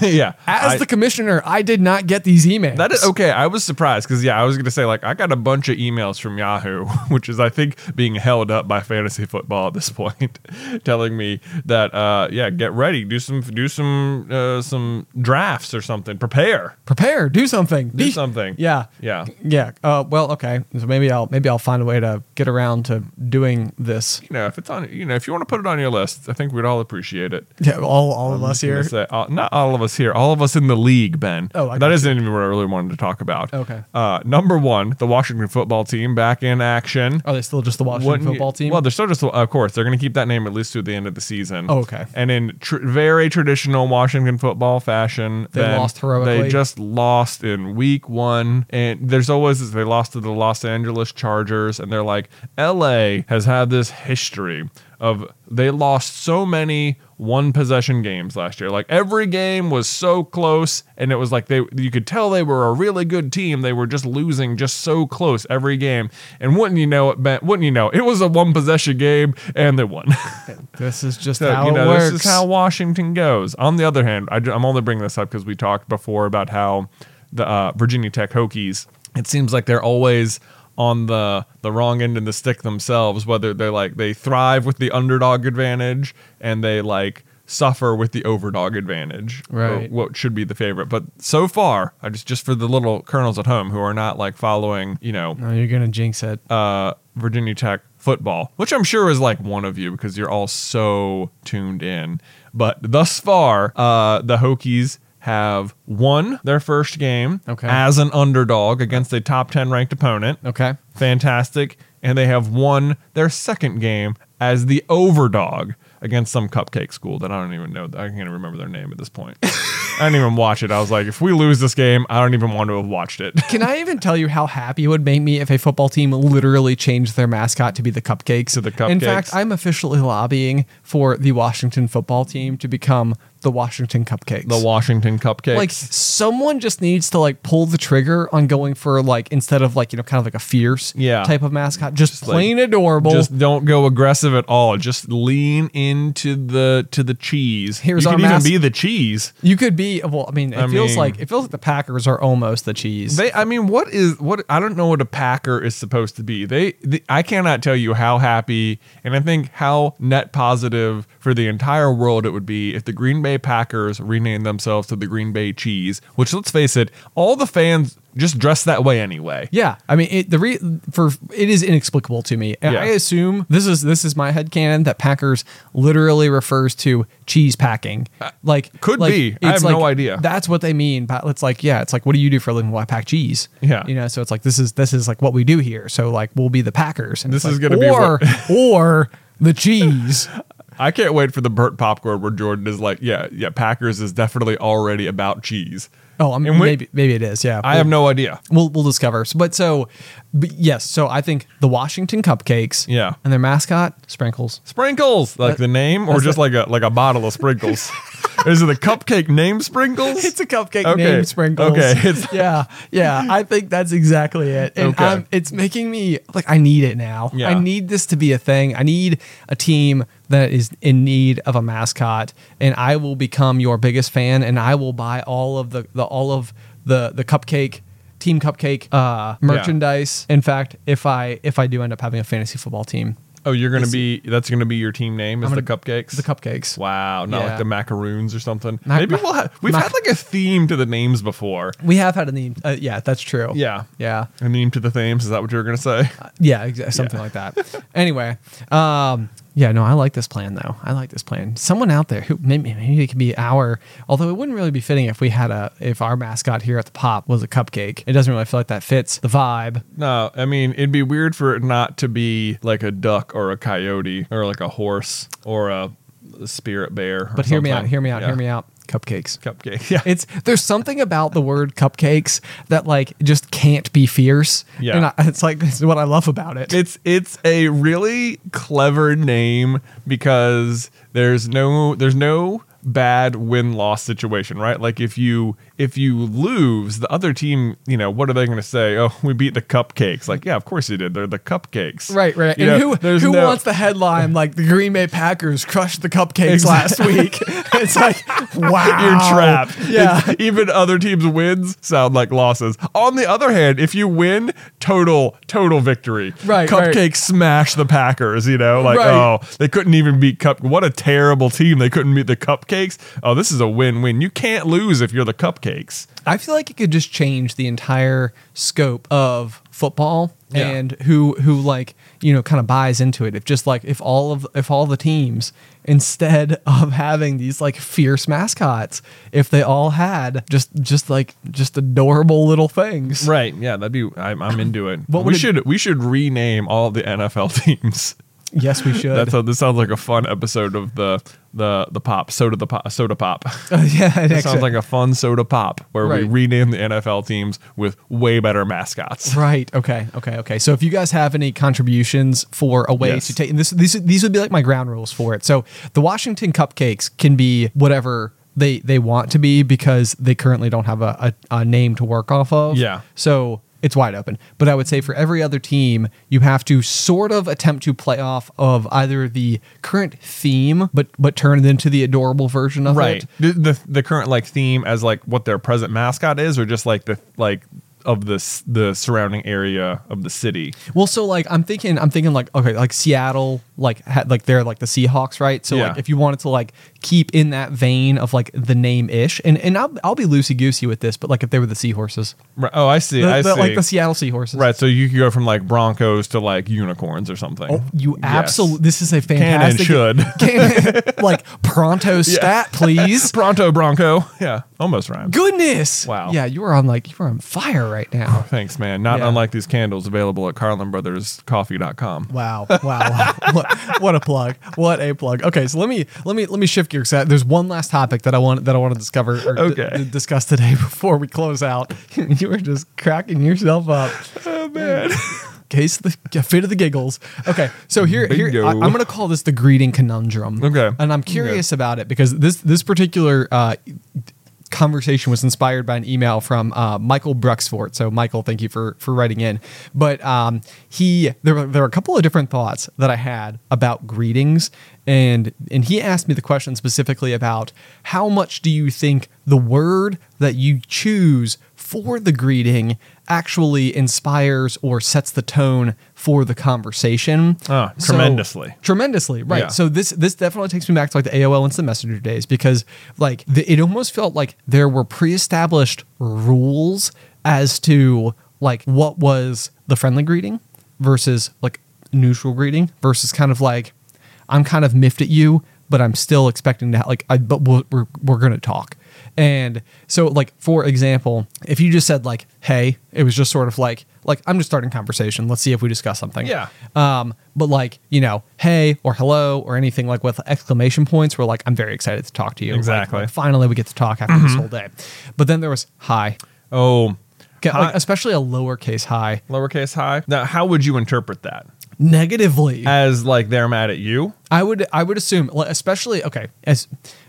S2: yeah.
S1: As
S2: I-
S1: the commissioner, I did not get these emails.
S2: that is okay. I was surprised because, yeah, I was going to say, like, I got a bunch of emails from Yahoo, which is, I think, being held up by fantasy football at this point, telling me that, uh, yeah, get ready, do some, do some, uh, some drafts or something, prepare,
S1: Prepare, do something,
S2: do something.
S1: Yeah,
S2: Yeah.
S1: yeah. Uh, well, okay. So maybe I'll maybe I'll find a way to get around to doing this.
S2: You know, if it's on, you know, if you want to put it on your list, I think we'd all appreciate it.
S1: Yeah, all all of us
S2: I'm
S1: here.
S2: gonna say, all- not all of us here, all of us in the league, Ben.
S1: Oh, I
S2: that
S1: got
S2: isn't even what I really wanted to talk about.
S1: Okay.
S2: Uh, number one, the Washington football team back in action.
S1: Are they still just Oh, the Washington
S2: Wouldn't you-
S1: football team?
S2: Well, they're still just, of course, they're going to keep that name at least through the end of the season.
S1: Oh, okay.
S2: And in tr- very traditional Washington football fashion,
S1: They
S2: Ben,
S1: lost heroically.
S2: They just lost in week one. And there's always this, they lost to the Los Angeles Chargers. And they're like, LA has had this history of they lost so many one possession games last year. Like every game was so close. And it was like they, you could tell they were a really good team. They were just losing just so close every game. And wouldn't you know it, Ben, wouldn't you know, it was a one possession game and they won.
S1: This is just
S2: So,
S1: how
S2: you
S1: it
S2: know,
S1: works.
S2: this is how Washington goes. On the other hand, I, am only bringing this up because we talked before about how the uh, Virginia Tech Hokies. It seems like they're always on the the wrong end of the stick themselves. Whether they're like they thrive with the underdog advantage and they like suffer with the overdog advantage or
S1: Right.
S2: what should be the favorite but so far i just just for the little colonels at home who are not like following you know
S1: no, you're gonna jinx it.
S2: uh, Virginia Tech football, which I'm sure is like one of you because you're all so tuned in. But thus far, uh, the Hokies have won their first game
S1: Okay.
S2: as an underdog against a top 10 ranked opponent.
S1: okay.
S2: Fantastic. And they have won their second game as the overdog against some cupcake school that I don't even know. I can't even remember their name at this point. I didn't even watch it. I was like, if we lose this game, I don't even want to have watched it.
S1: Can I even tell you how happy it would make me if a football team literally changed their mascot to be the cupcakes?
S2: To the
S1: In
S2: Cupcakes.
S1: fact, I'm officially lobbying for the Washington football team to become the Washington Cupcakes.
S2: the Washington Cupcakes.
S1: like someone just needs to like pull the trigger on going for like instead of like you know kind of like a fierce
S2: Yeah.
S1: type of mascot, just,
S2: like,
S1: plain adorable.
S2: just don't go aggressive at all. Just lean into the to the cheese.
S1: Here's
S2: you
S1: our
S2: could
S1: mas-
S2: even be the cheese.
S1: you could be well. I mean, it
S2: I
S1: feels
S2: mean-
S1: like it feels like the Packers are almost the cheese.
S2: They, I mean, what is what? I don't know what a packer is supposed to be. They, the, I cannot tell you how happy, and I think how net positive for the entire world it would be if the Green Bay Packers renamed themselves to the Green Bay Cheese. Which, let's face it, all the fans just dress that way anyway.
S1: Yeah, I mean, it, the re- for it is inexplicable to me. And
S2: Yeah.
S1: I assume this is this is my headcanon that Packers literally refers to cheese packing. Like
S2: Uh, could
S1: like,
S2: be. I
S1: it's
S2: have no
S1: like-
S2: idea.
S1: That's what they mean. But it's like yeah, it's like what do you do for a living? Well, I pack cheese.
S2: Yeah.
S1: you know. So it's like this is this is like what we do here. So like we'll be the Packers. And
S2: This
S1: it's
S2: is
S1: like,
S2: gonna be
S1: or or the cheese.
S2: I can't wait for the burnt popcorn where Jordan is like, yeah, yeah, Packers is definitely already about cheese.
S1: Oh, I mean,
S2: And we-
S1: maybe maybe it is. Yeah,
S2: I have no idea.
S1: We'll we'll discover. So- But so, but yes. So I think the Washington Cupcakes.
S2: Yeah.
S1: and their mascot sprinkles.
S2: Sprinkles, like the name, or just like a like a bottle of sprinkles. Is it the cupcake name sprinkles?
S1: It's a cupcake
S2: Okay.
S1: named Sprinkles.
S2: Okay. It's-
S1: yeah, yeah. I think that's exactly it. And
S2: Okay.
S1: I'm- it's making me like I need it now.
S2: Yeah.
S1: I need this to be a thing. I need a team that is in need of a mascot, and I will become your biggest fan, and I will buy all of the, the all of the the cupcake. Team Cupcake uh, merchandise. In fact, if I if I do end up having a fantasy football team,
S2: oh, you're gonna be that's gonna be your team name is
S1: I'm
S2: the
S1: gonna-
S2: cupcakes.
S1: the cupcakes.
S2: Wow, not
S1: Yeah.
S2: like the macaroons or something.
S1: Mac-
S2: Maybe
S1: mac-
S2: we'll have we've
S1: mac-
S2: had like a theme to the names before.
S1: We have had a name. Uh, yeah, that's true.
S2: Yeah.
S1: yeah.
S2: A name to the themes, is that what you were gonna say?
S1: Yeah, exa- something like that. anyway, um, yeah, no, I like this plan though. I like this plan. Someone out there who maybe maybe it could be our. Although it wouldn't really be fitting if we had a if our mascot here at the pop was a cupcake. It doesn't really feel like that fits the vibe.
S2: No, I mean it'd be weird for it not to be like a duck or a coyote or like a horse or a spirit bear. or
S1: But hear me out.
S2: something.
S1: Hear me out.
S2: Yeah.
S1: Hear me out. Cupcakes.
S2: Cupcake. Yeah.
S1: It's there's something about the word cupcakes that like just can't be fierce.
S2: Yeah.
S1: and I, it's like this is what I love about it.
S2: It's it's a really clever name because there's no there's no bad win loss situation, right? Like if you if you lose, the other team, you know, what are they going to say? Oh, we beat the cupcakes. Like, yeah, of course you did. They're the cupcakes.
S1: Right, right.
S2: You
S1: and
S2: know,
S1: who
S2: there's
S1: who
S2: no-
S1: wants the headline like the Green Bay Packers crushed the cupcakes last week? It's like wow,
S2: You're trapped.
S1: Yeah,
S2: It's- even other teams' wins sound like losses. On the other hand, if you win, total total victory.
S1: Right,
S2: Cupcakes
S1: right.
S2: smash the Packers. You know, like
S1: Right.
S2: oh, they couldn't even beat Cup. What a terrible team! They couldn't beat the Cupcakes. Oh, this is a win-win. You can't lose if you're the Cupcakes.
S1: I feel like it could just change the entire scope of football
S2: Yeah.
S1: and who who like you know kind of buys into it. If just like if all of if all the teams instead of having these like fierce mascots, if they all had just just like just adorable little things.
S2: Right. Yeah, that'd be. I'm, I'm into it.
S1: What
S2: we
S1: would it-
S2: should we should rename all the NFL teams.
S1: Yes, we should.
S2: That's how, this sounds like a fun episode of the the the pop soda the pop, soda pop.
S1: yeah,
S2: That sounds like a fun soda pop where we
S1: Right.
S2: rename the NFL teams with way better mascots.
S1: Right. Okay. Okay. Okay. So if you guys have any contributions for a way
S2: Yes.
S1: to take and this, these these would be like my ground rules for it. So the Washington Cupcakes can be whatever they they want to be because they currently don't have a, a, a name to work off of.
S2: Yeah.
S1: So it's wide open. But I would say for every other team, you have to sort of attempt to play off of either the current theme, but but turn it into the adorable version of it.
S2: The, the the current like theme as like what their present mascot is, or just like the like of the s- the surrounding area of the city.
S1: Well, so like I'm thinking, I'm thinking like okay, like Seattle, like had like they're like the Seahawks, right? So like
S2: Yeah.
S1: if you wanted to like keep in that vein of like the name ish, and and I'll, I'll be loosey goosey with this, but like if they were the seahorses,
S2: Right. Oh, I see.
S1: the,
S2: I
S1: the-
S2: see.
S1: like the Seattle Seahorses,
S2: right. So you could go from like Broncos to like unicorns or something.
S1: Oh, you
S2: Yes.
S1: absolutely. This is a
S2: can and
S1: fantastic.
S2: should.
S1: Can- like pronto stat, please.
S2: Pronto Bronco. Yeah, almost rhymes.
S1: Goodness.
S2: Wow.
S1: Yeah, you are on like you are on fire right now.
S2: Oh, Thanks, man. Not
S1: Yeah.
S2: unlike these candles available at carlinbrotherscoffee.com.
S1: Wow! Wow! wow. what, what a plug! What a plug! Okay, so let me let me let me shift think you're set. There's one last topic that I want that I want to discover or d-
S2: Okay.
S1: d- discuss today before we close out. you were just cracking yourself up.
S2: Oh man.
S1: Case of the fit of the giggles. Okay, so here, here I, am
S2: Bingo.
S1: going to call this the greeting conundrum.
S2: Okay.
S1: and I'm curious about it because this this particular uh, conversation was inspired by an email from uh, Michael Bruxfort. So Michael, thank you for for writing in. But um, he there were there were a couple of different thoughts that I had about greetings, and and he asked me the question specifically about how much do you think the word that you choose for the greeting actually inspires or sets the tone for the conversation
S2: Ah, tremendously.
S1: tremendously right
S2: Yeah.
S1: so this this definitely takes me back to like the aol instant messenger days because like the, it almost felt like there were pre-established rules as to like what was the friendly greeting versus like neutral greeting versus kind of like i'm kind of miffed at you but i'm still expecting to ha- like i but we're we're, we're gonna talk and so like for example if you just said like hey it was just sort of like like i'm just starting conversation let's see if we discuss something
S2: Yeah.
S1: um, but like, you know, hey or hello or anything like with exclamation points, we're like, I'm very excited to talk to you. Like,
S2: Exactly. Mm-hmm.
S1: like, finally, we get to talk after this whole day. But then there was hi,
S2: Oh.
S1: Get, like,
S2: Hi.
S1: especially a lowercase hi,
S2: Lowercase high. Now, how would you interpret that?
S1: negatively.
S2: As like they're mad at you?
S1: I would I would assume like, especially okay as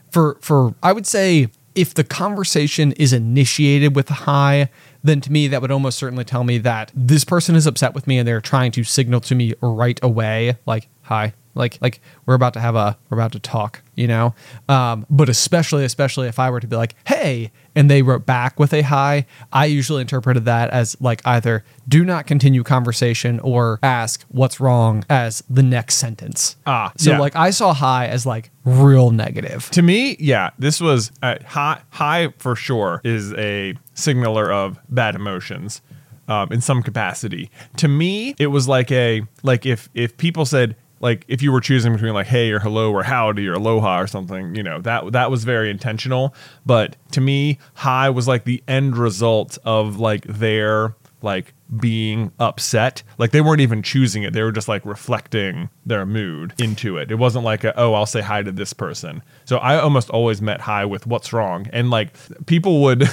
S1: for for I would say if the conversation is initiated with a high then to me that would almost certainly tell me that this person is upset with me and they're trying to signal to me right away like hi like like we're about to have a we're about to talk you know um, but especially especially if I were to be like hey and they wrote back with a hi I usually interpreted that as like either do not continue conversation or ask what's wrong as the next sentence
S2: Ah,
S1: so
S2: yeah.
S1: like I saw high as like real negative.
S2: To me, yeah, this was uh, high. High for sure is a signaler of bad emotions, um, in some capacity. To me, it was like a like if if people said like if you were choosing between like hey or hello or howdy or aloha or something, you know that that was very intentional. But to me, high was like the end result of like their like being upset. Like they weren't even choosing it. They were just like reflecting their mood into it. It wasn't like, a, oh, I'll say hi to this person. So I almost always met hi with what's wrong. And like people would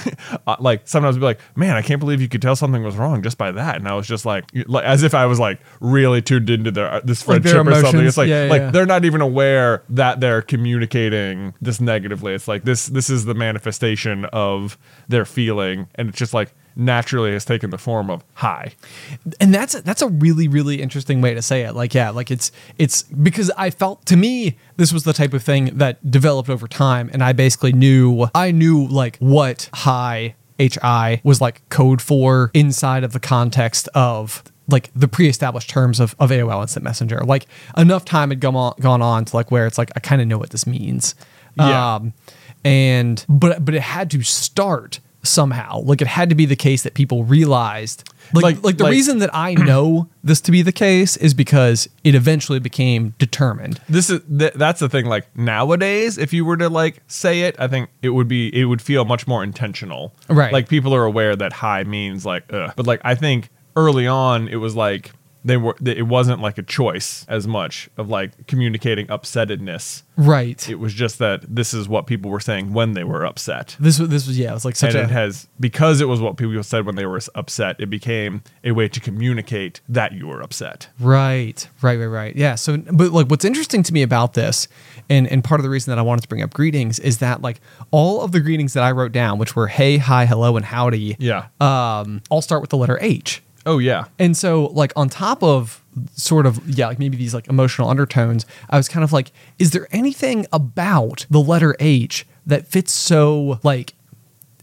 S2: uh, like sometimes be like, man, I can't believe you could tell something was wrong just by that. And I was just like, like as if I was like really tuned into their uh, this
S1: Like
S2: friendship
S1: their
S2: or something.
S1: emotions.
S2: It's like
S1: Yeah, yeah,
S2: like
S1: yeah.
S2: they're not even aware that they're communicating this negatively. It's like this this is the manifestation of their feeling and it's just like naturally has taken the form of hi.
S1: And that's that's a really really interesting way to say it. Like yeah, like it's it's because I felt to me this was the type of thing that developed over time and I basically knew I knew like what high HI was like code for inside of the context of like the pre-established terms of, of AOL Instant Messenger. Like enough time had gone on, gone on to like where it's like I kind of know what this means.
S2: Yeah.
S1: Um, and but but it had to start somehow. Like it had to be the case that people realized. Like like,
S2: Like-
S1: the
S2: like-
S1: reason that I know this to be the case is because it eventually became determined.
S2: This is th- that's the thing like nowadays if you were to like say it, I think it would be it would feel much more intentional.
S1: Right.
S2: Like people are aware that hi means like ugh. but like I think early on it was like they were it wasn't like a choice as much of like communicating upsettedness.
S1: Right.
S2: It was just that this is what people were saying when they were upset.
S1: this was this was yeah. It was like such
S2: and it
S1: a
S2: has because it was what people said when they were upset it became a way to communicate that you were upset
S1: Right, right, right, right. Yeah. So, but like, what's interesting to me about this, and and part of the reason that I wanted to bring up greetings is that like all of the greetings that I wrote down, which were hey, hi, hello, and howdy,
S2: yeah
S1: um, all start with the letter H.
S2: Uh, oh yeah
S1: And so, like, on top of sort of, yeah, like maybe these like emotional undertones, I was kind of like, is there anything about the letter H that fits so, like,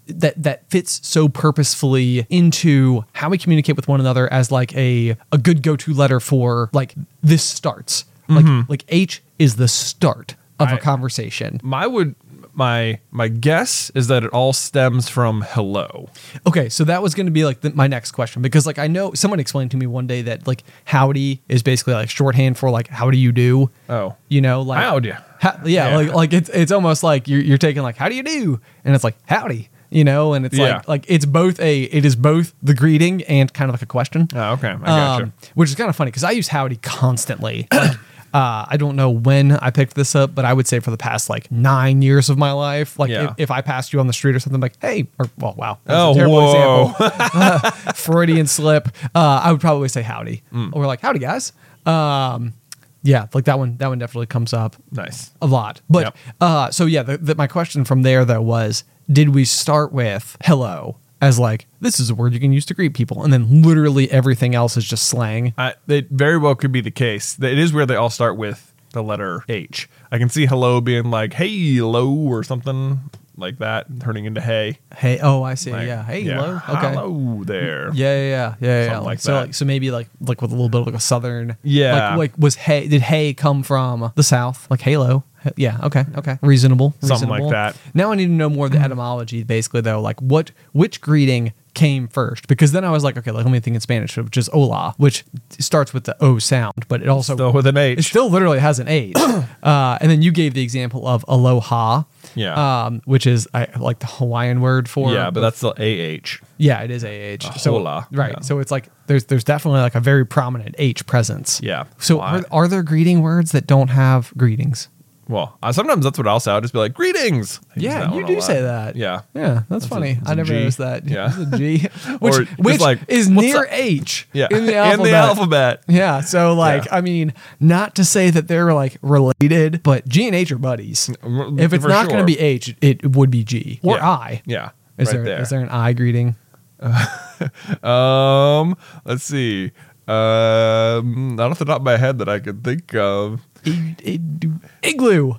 S1: that that fits so purposefully into how we communicate with one another as like a a good go-to letter for like this starts like like H is the start of a
S2: I-
S1: conversation.
S2: my would my my guess is that it all stems from hello
S1: Okay, so that was going to be like the, my next question because like I know someone explained to me one day that like howdy is basically like shorthand for like how do you do?
S2: Oh.
S1: you know like
S2: Howdy.
S1: Ha- yeah,
S2: Yeah.
S1: like like it's it's almost like you're you're taking like how do you do, and it's like howdy, you know, and it's
S2: Yeah.
S1: like like it's both a it is both the greeting and kind of like a question.
S2: oh okay i gotcha
S1: Um, which is kind of funny because I use howdy constantly. Like, Uh, I don't know when I picked this up, but I would say for the past like nine years of my life, like
S2: Yeah.
S1: if, if I passed you on the street or something, like hey, or well, wow, that
S2: Oh,
S1: was a terrible
S2: whoa.
S1: example, Uh, Freudian slip. Uh, I would probably say howdy,
S2: Hmm.
S1: or like howdy guys. Um, yeah, like that one. That one definitely comes up
S2: Nice.
S1: a lot. But
S2: Yep.
S1: uh, so yeah, the, the, my question from there though was, did we start with hello as like this is a word you can use to greet people, and then literally everything else is just slang?
S2: I, it very well could be the case. It is where they all start with the letter H. I can see hello being like hey hello or something like that, turning into hey.
S1: Hey, oh, I see.
S2: Like,
S1: yeah. Hey, hello. Okay.
S2: Hello there.
S1: Yeah, yeah, yeah, yeah. yeah.
S2: Something like
S1: so,
S2: that.
S1: like, so maybe like like with a little bit of like a southern.
S2: Yeah.
S1: Like, like was hey did hey come from the south? Like halo. He- Yeah. Okay. Okay. Reasonable.
S2: Something like
S1: reasonable.
S2: that.
S1: Now I need to know more of the etymology, basically though. Like what which greeting came first? Because then I was like, okay, like, let me think in Spanish, which is hola, which starts with the o sound, but it also
S2: Still with an H.
S1: it still literally has an H. uh, and then you gave the example of aloha.
S2: Yeah.
S1: Um, which is I like the Hawaiian word for
S2: yeah, but that's the AH.
S1: yeah, it is AH.
S2: A
S1: so
S2: hola,
S1: right.
S2: yeah.
S1: So it's like there's there's definitely like a very prominent H presence.
S2: Yeah.
S1: So
S2: Why?
S1: are, are there greeting words that don't have greetings?
S2: Well, I, sometimes that's what I'll say. I'll just be like, greetings. I use that
S1: you
S2: one a
S1: do
S2: lot.
S1: say that.
S2: Yeah.
S1: Yeah, that's,
S2: a-
S1: funny.
S2: it's
S1: I
S2: a
S1: never
S2: G.
S1: noticed that.
S2: Yeah.
S1: It's a G,
S2: Or
S1: which
S2: just
S1: which
S2: like,
S1: is
S2: what's
S1: near
S2: up?
S1: H.
S2: Yeah.
S1: In the alphabet.
S2: In the alphabet.
S1: Yeah. So like,
S2: Yeah.
S1: I mean, not to say that they're like related, but G and H are buddies.
S2: r-
S1: If it's
S2: Mm, for
S1: not going
S2: sure.
S1: to be H, it would be G or
S2: Yeah.
S1: I.
S2: Yeah.
S1: Is
S2: right
S1: there is there an I greeting?
S2: Um, let's see. Um, not off the top of my head that I could think of. E,
S1: Ig- ig- Igloo.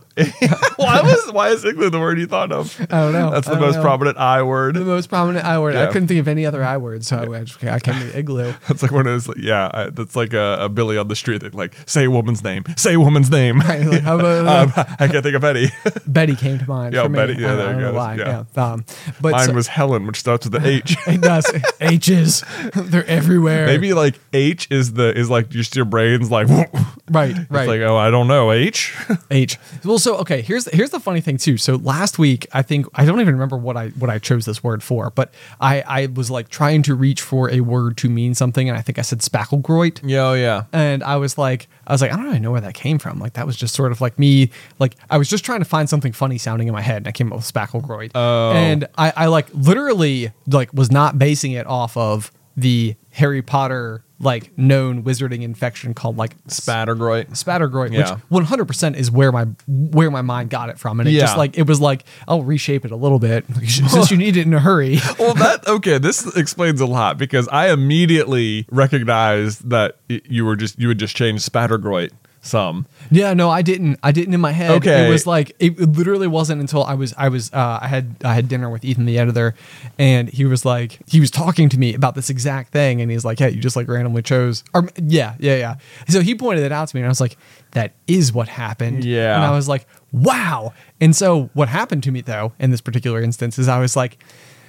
S2: why was why is igloo the word you thought of?
S1: I don't know.
S2: That's
S1: I
S2: the
S1: don't
S2: most
S1: know.
S2: prominent I word.
S1: the most prominent I word. I
S2: Yeah.
S1: couldn't think of any other I word, so I, went, okay, I came to igloo.
S2: That's like one of those. Like, yeah, I, that's like a, a Billy on the street that like say a woman's name, say a woman's name.
S1: Right, like, how about-
S2: um, I can't think of any.
S1: Betty came to mind.
S2: Yeah,
S1: for me.
S2: Betty, yeah,
S1: I,
S2: there
S1: I
S2: you
S1: don't know
S2: go.
S1: why.
S2: Yeah.
S1: Yeah. Um, but
S2: Mine
S1: so-
S2: was Helen, which starts with an H.
S1: it does. H's, they're everywhere.
S2: Maybe like H is the is like just your brain's like
S1: right,
S2: It's
S1: right.
S2: like oh I don't know H.
S1: H. Well, so okay, here's here's the funny thing too. So last week, I think I don't even remember what I what I chose this word for, but I I was like trying to reach for a word to mean something, and I think I said spacklegroit.
S2: yeah, oh, yeah.
S1: and I was like, I was like, I don't really know where that came from. Like that was just sort of like me, like I was just trying to find something funny sounding in my head, and I came up with spacklegroid.
S2: Oh.
S1: And I, I like literally like was not basing it off of the Harry Potter like known wizarding infection called like
S2: Spattergroit.
S1: spattergroid,
S2: Yeah.
S1: which 100 percent is where my where my mind got it from, and it
S2: Yeah.
S1: just like it was like I'll reshape it a little bit since you need it in a hurry.
S2: well, that okay. This explains a lot because I immediately recognized that y- you were just you would just change Spattergroit some.
S1: Yeah, no, I didn't. I didn't in my head.
S2: Okay.
S1: it was like it literally wasn't until I was I was uh, I had I had dinner with Ethan the editor, and he was like he was talking to me about this exact thing, and he's like, "Hey, you just like randomly chose." Or yeah, yeah, yeah. So he pointed it out to me, and I was like, "That is what happened."
S2: Yeah.
S1: and I was like, "Wow!" And so what happened to me though in this particular instance is I was like.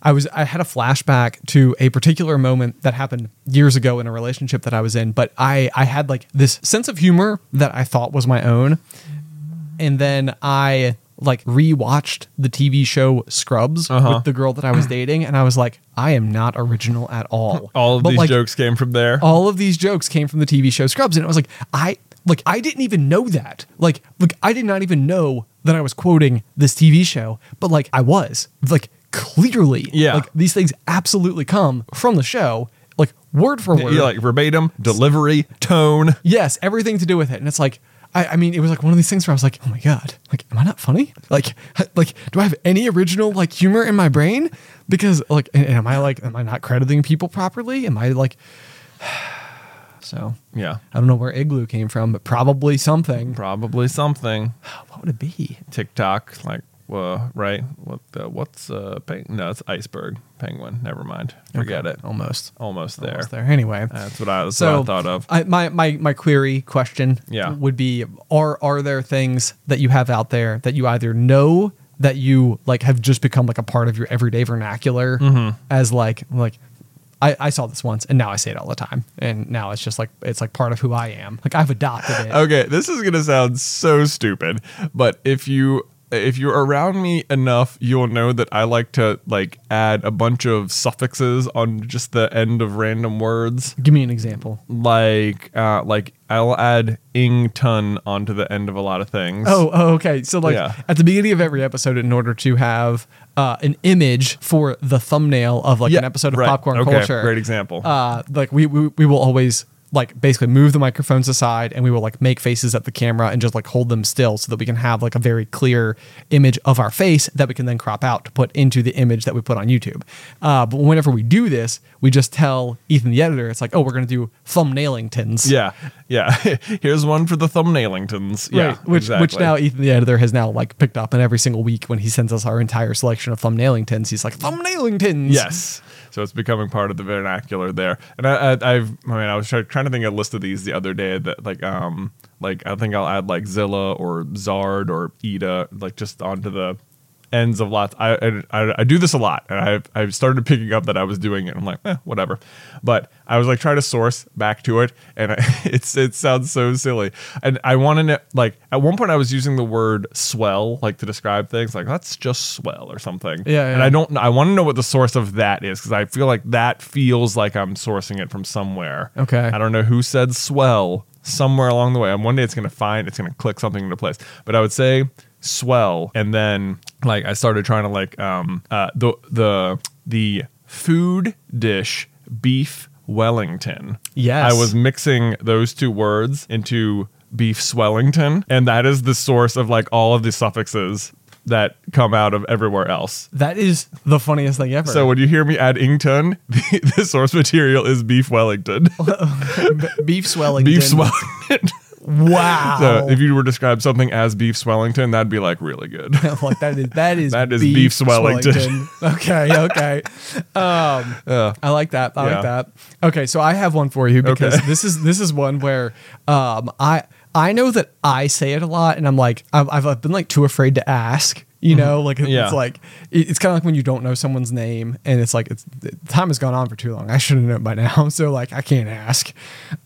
S1: I was I had a flashback to a particular moment that happened years ago in a relationship that I was in, but I I had like this sense of humor that I thought was my own, and then I like rewatched the TV show Scrubs
S2: Uh-huh.
S1: with the girl that I was dating, and I was like, I am not original at all.
S2: All of
S1: But,
S2: these
S1: like,
S2: jokes came from there.
S1: all of these jokes came from the TV show Scrubs, and it was like I like I didn't even know that. Like like I did not even know that I was quoting this TV show, but like I was like clearly.
S2: Yeah.
S1: Like these things absolutely come from the show, like word for word.
S2: Yeah, like verbatim, delivery, tone.
S1: Yes, everything to do with it. And it's like, I, I mean, it was like one of these things where I was like, oh my God, like, am I not funny? Like, h- like, do I have any original like humor in my brain? Because like, and, and am I like, am I not crediting people properly? Am I like, so
S2: Yeah,
S1: I don't know where igloo came from, but probably something.
S2: probably something
S1: What would it be?
S2: TikTok like. Well, right. What the, what's uh? Peng- no, it's iceberg penguin. Never mind. Forget it.
S1: Almost.
S2: Almost there.
S1: Almost there. Anyway.
S2: That's what I, that's
S1: so
S2: what I thought of.
S1: I, my, my my query question
S2: Yeah.
S1: would be are are there things that you have out there that you either know that you like have just become like a part of your everyday vernacular
S2: Mm-hmm.
S1: as like like I, I saw this once and now I say it all the time and now it's just like it's like part of
S2: Oh.
S1: who I am like I've adopted it
S2: Okay, this is gonna sound so stupid, but if you if you're around me enough, you'll know that I like to like add a bunch of suffixes on just the end of random words.
S1: Give me an example.
S2: Like uh like I'll add ing ton onto the end of a lot of things.
S1: Oh, oh, okay. So like
S2: Yeah.
S1: at the beginning of every episode, in order to have uh, an image for the thumbnail of like an episode of
S2: right.
S1: popcorn
S2: okay,
S1: culture,
S2: Great example.
S1: uh, like we, we we will always like basically move the microphones aside and we will like make faces at the camera and just like hold them still so that we can have like a very clear image of our face that we can then crop out to put into the image that we put on YouTube. Uh, but whenever we do this, we just tell Ethan the editor, it's like, oh, we're gonna do thumbnailingtons.
S2: yeah. Yeah. Here's one for the thumbnailingtons. Yeah.
S1: Right, which which
S2: exactly.
S1: now Ethan the editor has now like picked up, and every single week when he sends us our entire selection of thumbnailingtons, he's like thumbnailingtons.
S2: Yes. So it's becoming part of the vernacular there. And I, I, I've, I mean, I was try, trying to think of a list of these the other day that like, um, like I think I'll add like Zilla or Zard or Ida, like just onto the ends of lots. I, I, I, I do this a lot and I've, I've started picking up that I was doing it. I'm like, eh, whatever. But I was like trying to source back to it. And I, it's, it sounds so silly. And I want to know, like at one point I was using the word swell, like to describe things like that's just swell or something.
S1: Yeah,
S2: And
S1: yeah.
S2: I don't don't kn- I want to know what the source of that is because I feel like that feels like I'm sourcing it from somewhere.
S1: Okay.
S2: I don't know who said swell somewhere along the way. And one day it's gonna find it's gonna click something into place. But I would say swell, and then like I started trying to like um uh the the the food dish beef Wellington.
S1: Yes.
S2: I was mixing those two words into beef Swellington, and that is the source of like all of the suffixes that come out of everywhere else.
S1: that is the funniest thing ever.
S2: So when you hear me add Ington, the, the source material is beef Wellington.
S1: beef swelling,
S2: beef Swellington.
S1: Wow,
S2: So if you were to describe something as beef Swellington, that'd be like really good.
S1: I'm like that is that is
S2: That is beef Swellington.
S1: Swellington. okay, okay. Um, I like that. I
S2: Yeah.
S1: like that. Okay, so I have one for you because
S2: Okay.
S1: this is this is one where um, I I know that I say it a lot, and I'm like I've, I've been like too afraid to ask. You know, like it's
S2: Mm-hmm. Yeah.
S1: like it- it's kind of like when you don't know someone's name, and it's like it's time has gone on for too long. I should have known by now, so like I can't ask.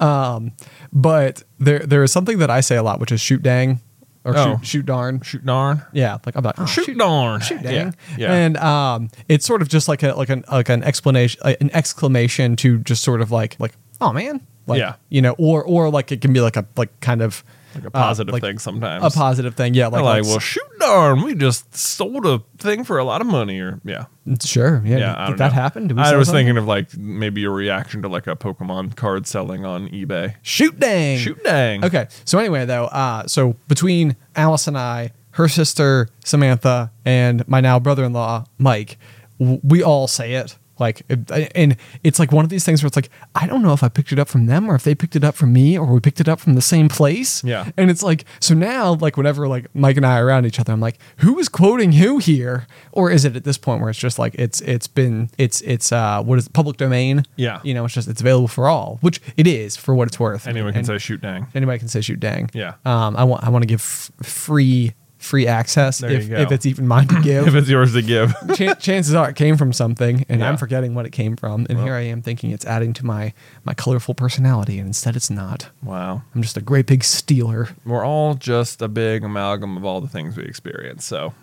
S1: Um, but there there is something that I say a lot, which is shoot dang or
S2: Oh.
S1: shoot, shoot darn.
S2: Shoot darn.
S1: Yeah, like I'm like oh,
S2: Shoot, darn. Shoot
S1: dang.
S2: Yeah. yeah.
S1: And um, it's sort of just like a like an like an explanation, uh, an exclamation to just sort of like like oh man, like
S2: Yeah.
S1: you know, or or like it can be like a like kind of
S2: like a
S1: uh,
S2: positive
S1: like
S2: thing sometimes.
S1: a positive thing. Yeah,
S2: They're
S1: like,
S2: like,
S1: like,
S2: well, shoot darn, we just sold a thing for a lot of money, or yeah,
S1: s- sure, yeah.
S2: yeah. I
S1: did
S2: don't
S1: that
S2: know.
S1: happen? Did we
S2: I
S1: sell
S2: was
S1: something?
S2: thinking of like maybe a reaction to like a Pokemon card selling on eBay.
S1: shoot dang,
S2: Shoot dang.
S1: Okay. So anyway, though, uh, so between Alice and I, her sister Samantha, and my now brother-in-law Mike, w- we all say it. Like, it- and it's like one of these things where it's like, I don't know if I picked it up from them or if they picked it up from me or we picked it up from the same place.
S2: Yeah.
S1: And it's like, so now, like, whenever like Mike and I are around each other, I'm like, who is quoting who here? Or is it at this point where it's just like, it's, it's been, it's, it's, uh, what is it, public domain?
S2: Yeah.
S1: You know, it's just, it's available for all, which it is for what it's worth.
S2: Anyone can
S1: And-
S2: say shoot dang.
S1: anybody can say shoot dang.
S2: Yeah.
S1: Um, I want I want to give f- free free access
S2: There
S1: if,
S2: you go.
S1: if it's even mine to
S2: If
S1: give.
S2: it's yours to give.
S1: Chan chances are it came from something, and
S2: Yeah.
S1: I'm forgetting what it came from. And here I am thinking it's adding to my my colorful personality, and instead it's not.
S2: wow.
S1: I'm just a great big stealer.
S2: we're all just a big amalgam of all the things we experience. So,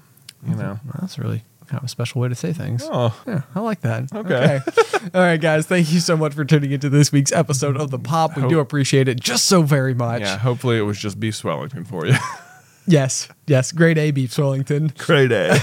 S2: you know.
S1: Well, that's really kind of a special way to say things.
S2: Oh,
S1: Yeah, I like that.
S2: Okay.
S1: All right, guys. Thank you so much for tuning into this week's episode of The Pop. We
S2: Hope-
S1: do appreciate it just so very much.
S2: yeah. Hopefully, it was just beef Swellington for you.
S1: Yes. Yes. Great A, Beef Swellington.
S2: Great A.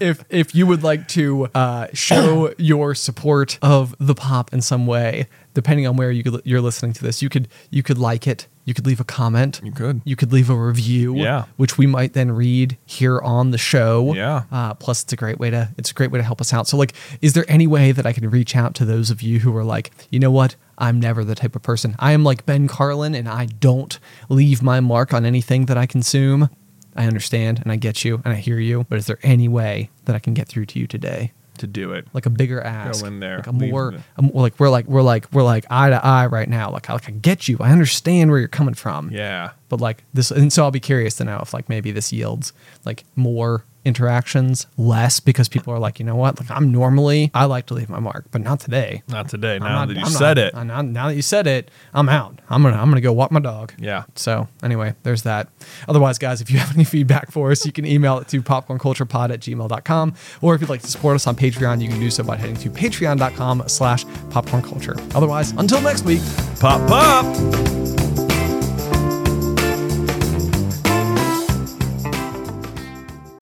S1: if if you would like to uh, show your support of the pop in some way, depending on where you could, you're listening to this, you could you could like it. You could leave a comment.
S2: You could.
S1: You could leave a review.
S2: Yeah.
S1: Which we might then read here on the show.
S2: Yeah.
S1: Uh, plus, it's a great way to it's a great way to help us out. So, like, is there any way that I can reach out to those of you who are like, you know what? I'm never the type of person. I am like Ben Carlin, and I don't leave my mark on anything that I consume. I understand, and I get you, and I hear you. But is there any way that I can get through to you today?
S2: to do it.
S1: Like a bigger ask.
S2: in there,
S1: Like a
S2: leave
S1: more.
S2: the-
S1: I'm like we're like we're like we're like eye to eye right now. Like I, like I get you. I understand where you're coming from
S2: Yeah.
S1: but like this and so i'll be curious to know if like maybe this yields like more interactions less because people are like, you know what? Like I'm normally I like to leave my mark, but not today.
S2: Not today.
S1: I'm
S2: Now
S1: not-
S2: that you
S1: I'm not-
S2: said it,
S1: I'm not- now that you said it, I'm out. I'm gonna I'm gonna go walk my dog.
S2: Yeah.
S1: So anyway, there's that. Otherwise, guys, if you have any feedback for us, you can email it to popcornculturepod at gmail.com. Or if you'd like to support us on Patreon, you can do so by heading to patreon.com slash popcornculture. Otherwise, until next week.
S2: pop pop.